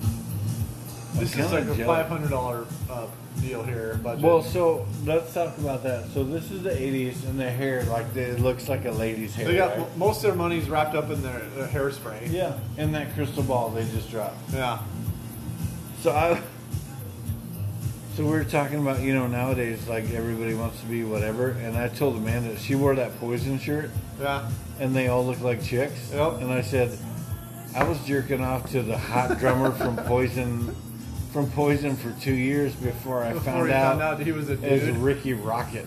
Speaker 1: I'm
Speaker 2: This is
Speaker 1: kinda
Speaker 2: like a
Speaker 1: jealous.
Speaker 2: five hundred dollar uh, deal here. Budget.
Speaker 1: Well, so let's talk about that. So this is the 80s, and the hair, like, the, it looks like a lady's hair.
Speaker 2: they got
Speaker 1: right?
Speaker 2: most of their money's wrapped up in their, their hairspray.
Speaker 1: Yeah, and that crystal ball they just dropped.
Speaker 2: Yeah.
Speaker 1: So I. So we were talking about you know nowadays like everybody wants to be whatever, and I told Amanda she wore that poison shirt,
Speaker 2: Yeah.
Speaker 1: and they all look like chicks.
Speaker 2: Yep.
Speaker 1: And I said, I was jerking off to the hot drummer from Poison, from Poison for two years before I
Speaker 2: Before
Speaker 1: found
Speaker 2: he
Speaker 1: out,
Speaker 2: found out he was a
Speaker 1: as
Speaker 2: dude.
Speaker 1: Ricky Rocket.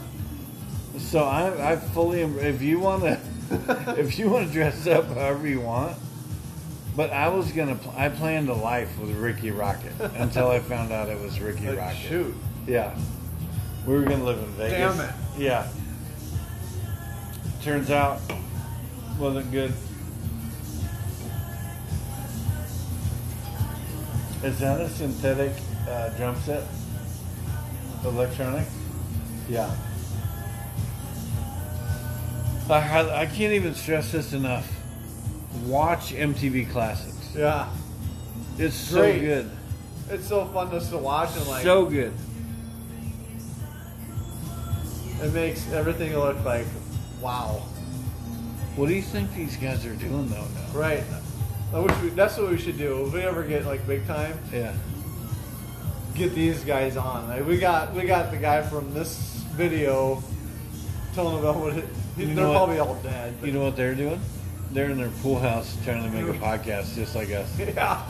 Speaker 1: so I, I fully em- if you want to if you want to dress up however you want. But I was gonna. Pl- I planned a life with Ricky Rocket until I found out it was Ricky
Speaker 2: Like,
Speaker 1: Rocket.
Speaker 2: shoot.
Speaker 1: Yeah. We were gonna live in Vegas.
Speaker 2: Damn it.
Speaker 1: Yeah. Turns out wasn't good. Is that a synthetic uh, drum set? Electronic? Yeah. I, I- I can't even stress this enough. Watch MTV Classics.
Speaker 2: Yeah.
Speaker 1: It's so
Speaker 2: Great.
Speaker 1: good.
Speaker 2: It's so fun just to watch and like
Speaker 1: so good.
Speaker 2: it makes everything look like wow.
Speaker 1: What do you think these guys are doing though now?
Speaker 2: Right. I wish we, that's what we should do. If we ever get like big time,
Speaker 1: Yeah.
Speaker 2: get these guys on. Like we got we got the guy from this video telling about what it,
Speaker 1: You
Speaker 2: They're
Speaker 1: know what?
Speaker 2: probably all dead. but-
Speaker 1: You know what they're doing? They're in their pool house trying to make a podcast just like us.
Speaker 2: yeah.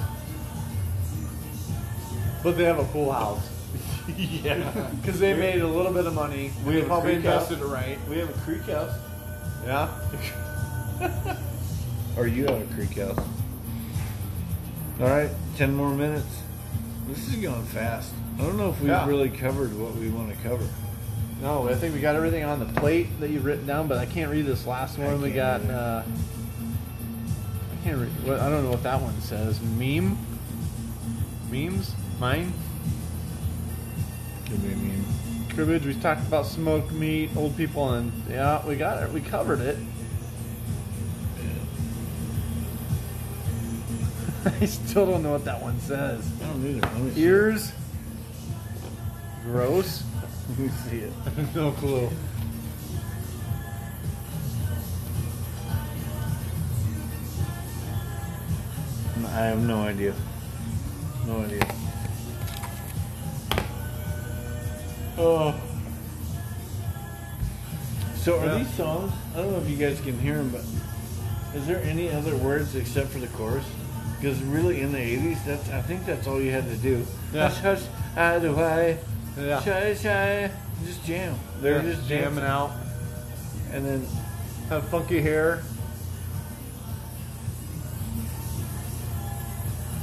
Speaker 2: But they have a pool house. yeah. Because they made a little bit of money.
Speaker 1: We
Speaker 2: They
Speaker 1: have a
Speaker 2: probably
Speaker 1: creek house.
Speaker 2: invested it right.
Speaker 1: We have a creek house.
Speaker 2: Yeah.
Speaker 1: Or you have a creek house. All right, 10 more minutes. This is going fast. I don't know if we've
Speaker 2: Yeah.
Speaker 1: really covered what we want to cover.
Speaker 2: No, I think we got everything on the plate that you've written down, but I can't read this last
Speaker 1: I
Speaker 2: one. We got.
Speaker 1: can't either.
Speaker 2: Uh, I can't read. What, I don't know what that one says. Meme. Memes. Mine.
Speaker 1: Could be a meme.
Speaker 2: Cribbage. We talked about smoked meat, old people, and yeah, we got it. We covered it. I still don't know what that one says.
Speaker 1: I don't either. Let me see.
Speaker 2: Ears. Gross.
Speaker 1: Let me see it.
Speaker 2: no clue.
Speaker 1: I have no idea. No idea. Oh. So are
Speaker 2: Yeah.
Speaker 1: these songs? I don't know if you guys can hear them, but is there any other words except for the chorus? Because really, in the '80s, that's I think that's all you had to do.
Speaker 2: Yeah.
Speaker 1: Hush, hush, I do I,
Speaker 2: Yeah.
Speaker 1: shy, shy, just jam. They're just jamming, out.
Speaker 2: out.
Speaker 1: and then
Speaker 2: Have funky hair.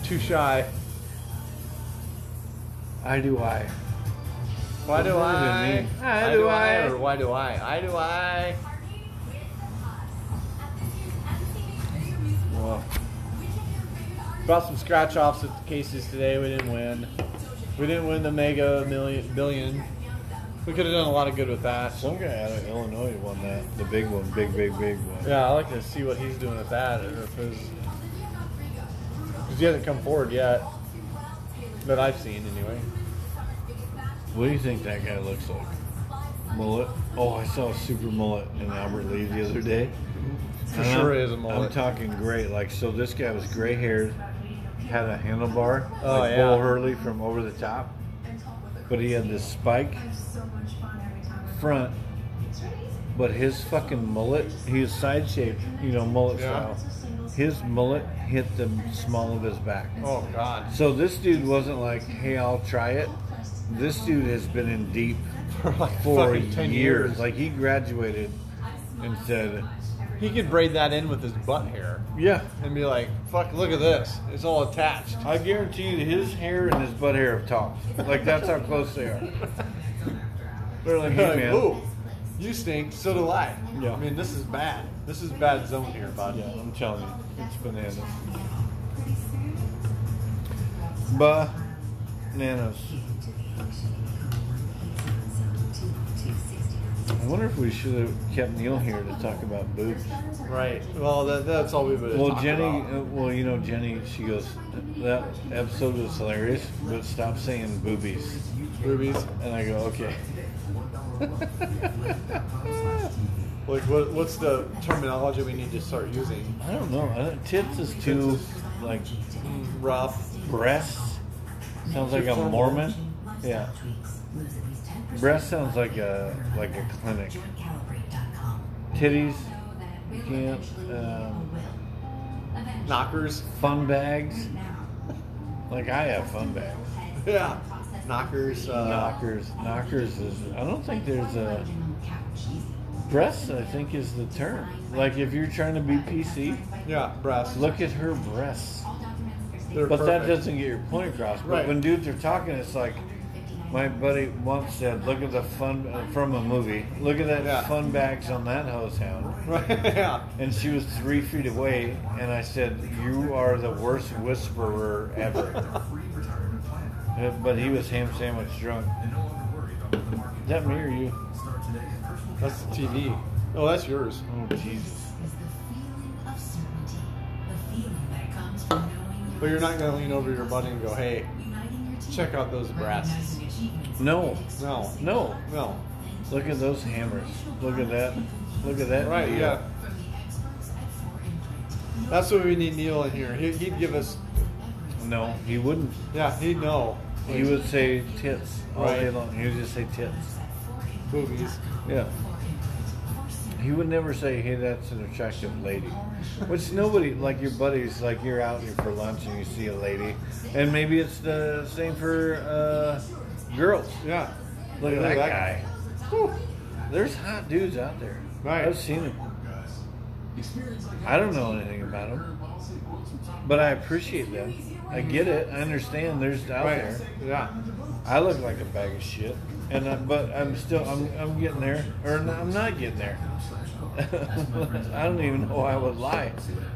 Speaker 2: Too shy.
Speaker 1: I do I.
Speaker 2: Why do
Speaker 1: Doesn't
Speaker 2: I?
Speaker 1: even mean- I do I.
Speaker 2: Or why do I? I do I. Well, brought some scratch offs at the cases today. We didn't win. We didn't win the mega million billion. We could have done a lot of good with that.
Speaker 1: Some guy out of Illinois won that, the big one, big, big, big one.
Speaker 2: Yeah, I like to see what he's doing with that, or if his because he hasn't come forward yet that I've seen anyway.
Speaker 1: What do you think that guy looks like? Mullet? Oh, I saw a super mullet in Albert Lee the other day.
Speaker 2: For
Speaker 1: And
Speaker 2: sure
Speaker 1: I'm-
Speaker 2: it is a mullet.
Speaker 1: I'm talking gray. Like, so this guy was gray haired, had a handlebar,
Speaker 2: Oh,
Speaker 1: like
Speaker 2: yeah.
Speaker 1: Bull Hurley from Over the Top, but he had this spike front, but his fucking mullet, he was side shaped, you know, mullet
Speaker 2: Yeah.
Speaker 1: style. His mullet hit the small of his back.
Speaker 2: Oh God!
Speaker 1: So this dude wasn't like, hey, I'll try it. This dude has been in deep
Speaker 2: For like
Speaker 1: for
Speaker 2: fucking ten
Speaker 1: years.
Speaker 2: years,
Speaker 1: Like he graduated and said,
Speaker 2: he could braid that in with his butt hair
Speaker 1: "Yeah,
Speaker 2: and be like, "Fuck, look at this! It's all attached."
Speaker 1: I guarantee you, his hair and his butt hair have talked. Like that's how close they are." They're like, "Hey
Speaker 2: Like,
Speaker 1: man,
Speaker 2: Ooh, you stink. So do I.
Speaker 1: Yeah.
Speaker 2: I mean, this is bad. This is bad zone here, bud.
Speaker 1: yeah, I'm telling you, it's bananas, bananas." I wonder if we should have kept Neil here to talk about boobs.
Speaker 2: Right. Well, that, that's all we would. have
Speaker 1: Well,
Speaker 2: talked
Speaker 1: Jenny,
Speaker 2: about.
Speaker 1: uh, well, you know, Jenny, she goes, that episode was hilarious, but stop saying boobies.
Speaker 2: Rubies.
Speaker 1: And I go, okay.
Speaker 2: Like, what, what's the terminology we need to start using?
Speaker 1: I don't know. I don't, tits is too like
Speaker 2: Rough.
Speaker 1: breasts. Sounds like a
Speaker 2: formal.
Speaker 1: Mormon. Yeah. Breast sounds like a like a clinic. Titties, you can't. Um,
Speaker 2: Knockers.
Speaker 1: fun bags, like I have fun bags.
Speaker 2: Yeah. Knockers. Uh,
Speaker 1: Knockers, knockers is. I don't think there's a breasts. I think is the term. Like if you're trying to be PC,
Speaker 2: Yeah. Breasts.
Speaker 1: look at her breasts.
Speaker 2: They're
Speaker 1: But that
Speaker 2: perfect.
Speaker 1: doesn't get your point across. But
Speaker 2: Right.
Speaker 1: when dudes are talking, it's like my buddy once said, "Look at the fun uh, from a movie. Look at that
Speaker 2: Yeah.
Speaker 1: fun bags on that hose hound."
Speaker 2: Right. Yeah.
Speaker 1: And she was three feet away, and I said, "You are the worst whisperer ever." Uh, but he was ham sandwich drunk. Is that me or you?
Speaker 2: That's the TV. Oh, that's yours.
Speaker 1: Oh Jesus!
Speaker 2: But you're not gonna lean over your buddy and go, "Hey, check out those breasts."
Speaker 1: No,
Speaker 2: No.
Speaker 1: no.
Speaker 2: No.
Speaker 1: Look at those hammers. Look at that. Look at that.
Speaker 2: Right.
Speaker 1: deal.
Speaker 2: Yeah. That's what we need Neil in here. He, he'd give us.
Speaker 1: No, he wouldn't.
Speaker 2: Yeah. He'd know.
Speaker 1: He would say tits all
Speaker 2: Right.
Speaker 1: day long. He would just say tits.
Speaker 2: Boobies.
Speaker 1: Yeah. He would never say, "Hey, that's an attractive lady," which nobody like your buddies. Like you're out here for lunch and you see a lady, and maybe it's the same for uh, girls.
Speaker 2: Yeah.
Speaker 1: Look at
Speaker 2: Look
Speaker 1: that,
Speaker 2: at that
Speaker 1: guy. Whew. There's hot dudes out there.
Speaker 2: Right.
Speaker 1: I've seen them. I don't know anything about them, but I appreciate them. I get it. I understand. There's out
Speaker 2: Right.
Speaker 1: there.
Speaker 2: Yeah.
Speaker 1: I look like a bag of shit, and I, but I'm still I'm I'm getting there, or n- I'm not getting there. I don't even know why I would lie.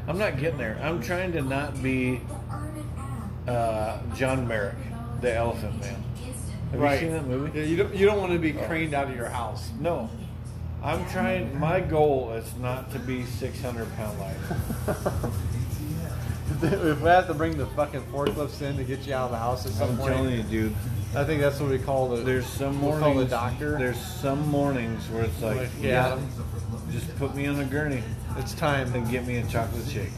Speaker 1: I'm not getting there. I'm trying to not be uh, John Merrick, the Elephant Man. Have
Speaker 2: right.
Speaker 1: you seen that movie? Oh.
Speaker 2: Yeah, you don't you don't want to be craned out of your house.
Speaker 1: No. I'm trying. My goal is not to be 600 pound lighter.
Speaker 2: if we have to bring the fucking forklifts in to get you out of the house at some
Speaker 1: I'm
Speaker 2: point,
Speaker 1: telling you, dude.
Speaker 2: I think that's what we call the.
Speaker 1: There's some
Speaker 2: We'll call
Speaker 1: mornings.
Speaker 2: the doctor.
Speaker 1: There's some mornings where it's like,
Speaker 2: Like,
Speaker 1: yeah,
Speaker 2: yeah.
Speaker 1: just put me on a gurney
Speaker 2: it's time.
Speaker 1: and get me a chocolate shake.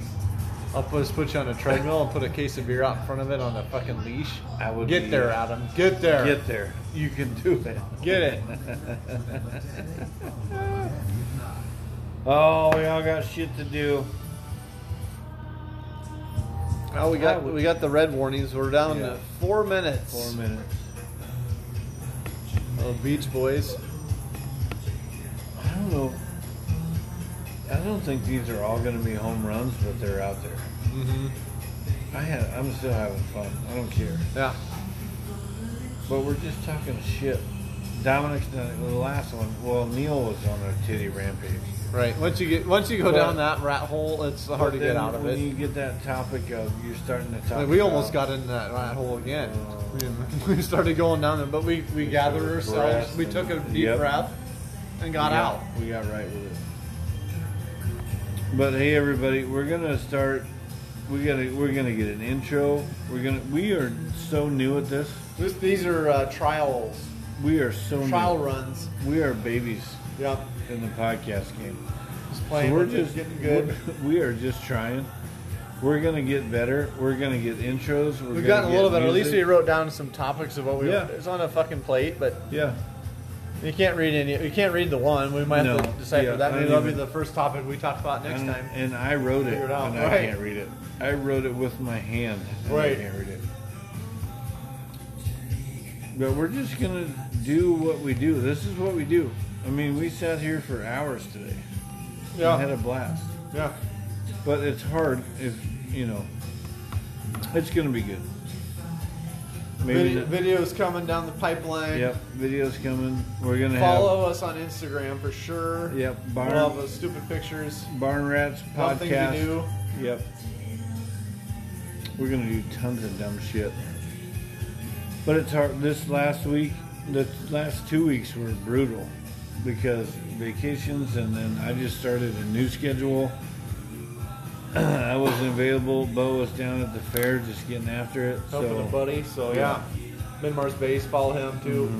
Speaker 2: I'll put, just put you on a treadmill and put a case of beer out in front of it on a fucking leash.
Speaker 1: I would
Speaker 2: get
Speaker 1: be-
Speaker 2: there, Adam. Get there.
Speaker 1: Get there. You can do it.
Speaker 2: Get it.
Speaker 1: Oh, we all got shit to do.
Speaker 2: Oh, we
Speaker 1: I
Speaker 2: got
Speaker 1: would-
Speaker 2: we got the red warnings. We're down
Speaker 1: Yeah.
Speaker 2: to four minutes.
Speaker 1: Four minutes.
Speaker 2: Oh, Beach Boys.
Speaker 1: I don't know. I don't think these are all going to be home runs, but they're out there.
Speaker 2: Mm-hmm.
Speaker 1: I had, I'm still having fun. I don't care.
Speaker 2: Yeah.
Speaker 1: But we're just talking shit. Dominic's done the last one. Well, Neil was on a titty rampage.
Speaker 2: Right. Once you get once you go
Speaker 1: But-
Speaker 2: down that rat hole, it's hard
Speaker 1: But
Speaker 2: to
Speaker 1: then
Speaker 2: get out of
Speaker 1: when
Speaker 2: it.
Speaker 1: you get that topic of you're starting to talk.
Speaker 2: Like, we almost
Speaker 1: about-
Speaker 2: got in that rat hole again. We- we started going down there, but we, we gathered
Speaker 1: took a
Speaker 2: ourselves.
Speaker 1: breath
Speaker 2: We
Speaker 1: and-
Speaker 2: took a deep
Speaker 1: Yep.
Speaker 2: breath and got
Speaker 1: we
Speaker 2: out.
Speaker 1: We got right with it. But hey, everybody, we're gonna start. We gotta. We're gonna get an intro. We're gonna. We are so new at this.
Speaker 2: This, these are uh, trials,
Speaker 1: We are so
Speaker 2: trial
Speaker 1: new.
Speaker 2: runs.
Speaker 1: We are babies
Speaker 2: Yep.
Speaker 1: in the podcast game.
Speaker 2: Just
Speaker 1: So
Speaker 2: playing.
Speaker 1: we're
Speaker 2: with it,
Speaker 1: just
Speaker 2: getting good.
Speaker 1: we're- We are just trying. We're gonna get better. We're gonna get intros. We're gonna
Speaker 2: We've gotten a
Speaker 1: get
Speaker 2: little better. At least we
Speaker 1: music.
Speaker 2: wrote down some topics of what we.
Speaker 1: Yeah.
Speaker 2: It's on a fucking plate, but
Speaker 1: yeah.
Speaker 2: you can't read any. You can't read the one. We might
Speaker 1: No.
Speaker 2: have to decipher
Speaker 1: Yeah,
Speaker 2: that.
Speaker 1: I
Speaker 2: Maybe
Speaker 1: don't
Speaker 2: that'll be
Speaker 1: even-
Speaker 2: the first topic we talk about next
Speaker 1: and,
Speaker 2: time.
Speaker 1: And I wrote it,
Speaker 2: Figure it out.
Speaker 1: and I
Speaker 2: Right.
Speaker 1: can't read it. I wrote it with my hand. and I
Speaker 2: Right.
Speaker 1: can't read it. But we're just gonna do what we do. This is what we do. I mean, we sat here for hours today. And had a blast.
Speaker 2: yeah.
Speaker 1: But it's hard if you know. It's gonna be good. Maybe.
Speaker 2: Video,
Speaker 1: not-
Speaker 2: videos coming down the pipeline.
Speaker 1: Yep. Videos coming. We're gonna
Speaker 2: Follow us on Instagram for sure.
Speaker 1: have. Yep.
Speaker 2: We'll
Speaker 1: Barn,
Speaker 2: have uh, stupid pictures.
Speaker 1: barn rats
Speaker 2: Nothing
Speaker 1: podcast.
Speaker 2: to do.
Speaker 1: Yep. We're gonna do tons of dumb shit. But it's hard. This last week, the last two weeks were brutal because vacations, and then I just started a new schedule. I wasn't available. Bo was down at the fair, just getting after it.
Speaker 2: Helping
Speaker 1: so
Speaker 2: a buddy. So yeah. Minmars Base. Follow him too.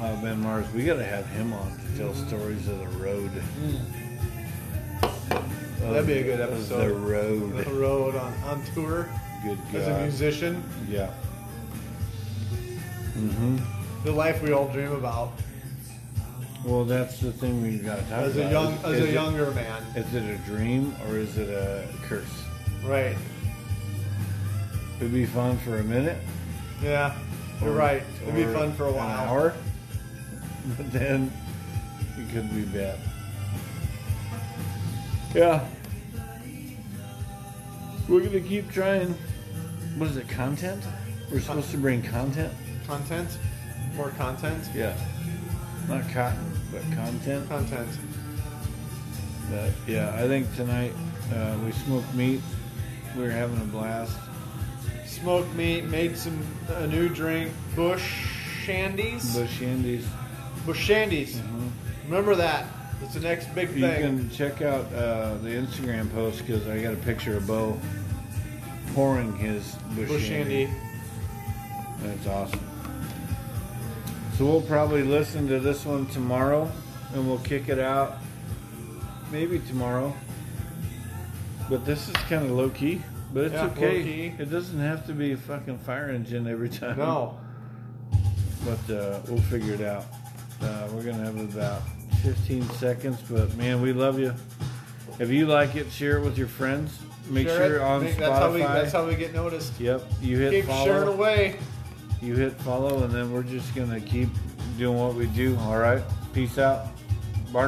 Speaker 1: Uh, ben Mars, we gotta have him on to tell
Speaker 2: Mm-hmm.
Speaker 1: stories of the road. Of-
Speaker 2: Mm. That'd be a good
Speaker 1: of
Speaker 2: episode.
Speaker 1: The road.
Speaker 2: The road on, on tour
Speaker 1: Good God.
Speaker 2: as a musician.
Speaker 1: Yeah.
Speaker 2: The life we all dream about
Speaker 1: Well, that's the thing we've got to talk
Speaker 2: as
Speaker 1: about.
Speaker 2: a young as
Speaker 1: is
Speaker 2: a younger man.
Speaker 1: It, is it a dream or is it a curse?
Speaker 2: Right.
Speaker 1: It'd be fun for a minute.
Speaker 2: Yeah. You're
Speaker 1: or-
Speaker 2: right. It'd be
Speaker 1: or
Speaker 2: fun for a
Speaker 1: an
Speaker 2: while.
Speaker 1: hour, but then it could be bad. Yeah. We're gonna keep trying. What is it? Content? We're supposed to bring content.
Speaker 2: Content. More content.
Speaker 1: Yeah. Not cotton, but content.
Speaker 2: Content.
Speaker 1: But yeah, I think tonight uh, we smoked meat. We were having a blast.
Speaker 2: Smoked meat. Made some a new drink. Bush shandies.
Speaker 1: Bush Shandy's.
Speaker 2: Bush shandies. Remember that. It's the next big
Speaker 1: Mm-hmm. You
Speaker 2: thing.
Speaker 1: can check out uh, the Instagram post because I got a picture of Bo pouring his Bush,
Speaker 2: Bush
Speaker 1: Shandy.
Speaker 2: shandy.
Speaker 1: And it's awesome. So we'll probably listen to this one tomorrow and we'll kick it out maybe tomorrow. But this is kind of low key. But it's
Speaker 2: Yeah,
Speaker 1: okay.
Speaker 2: low-key.
Speaker 1: It doesn't have to be a fucking fire engine every time.
Speaker 2: No.
Speaker 1: but uh, we'll figure it out. Uh, we're gonna have about 15 seconds, but man, we love you. If you like it, share it with your friends. Make
Speaker 2: Share
Speaker 1: sure
Speaker 2: it.
Speaker 1: on
Speaker 2: Think
Speaker 1: Spotify.
Speaker 2: That's how, we, that's how we get noticed.
Speaker 1: yep, you hit
Speaker 2: Keep sharing
Speaker 1: follow.
Speaker 2: away.
Speaker 1: You hit follow, and then we're just gonna keep doing what we do. All right, peace out.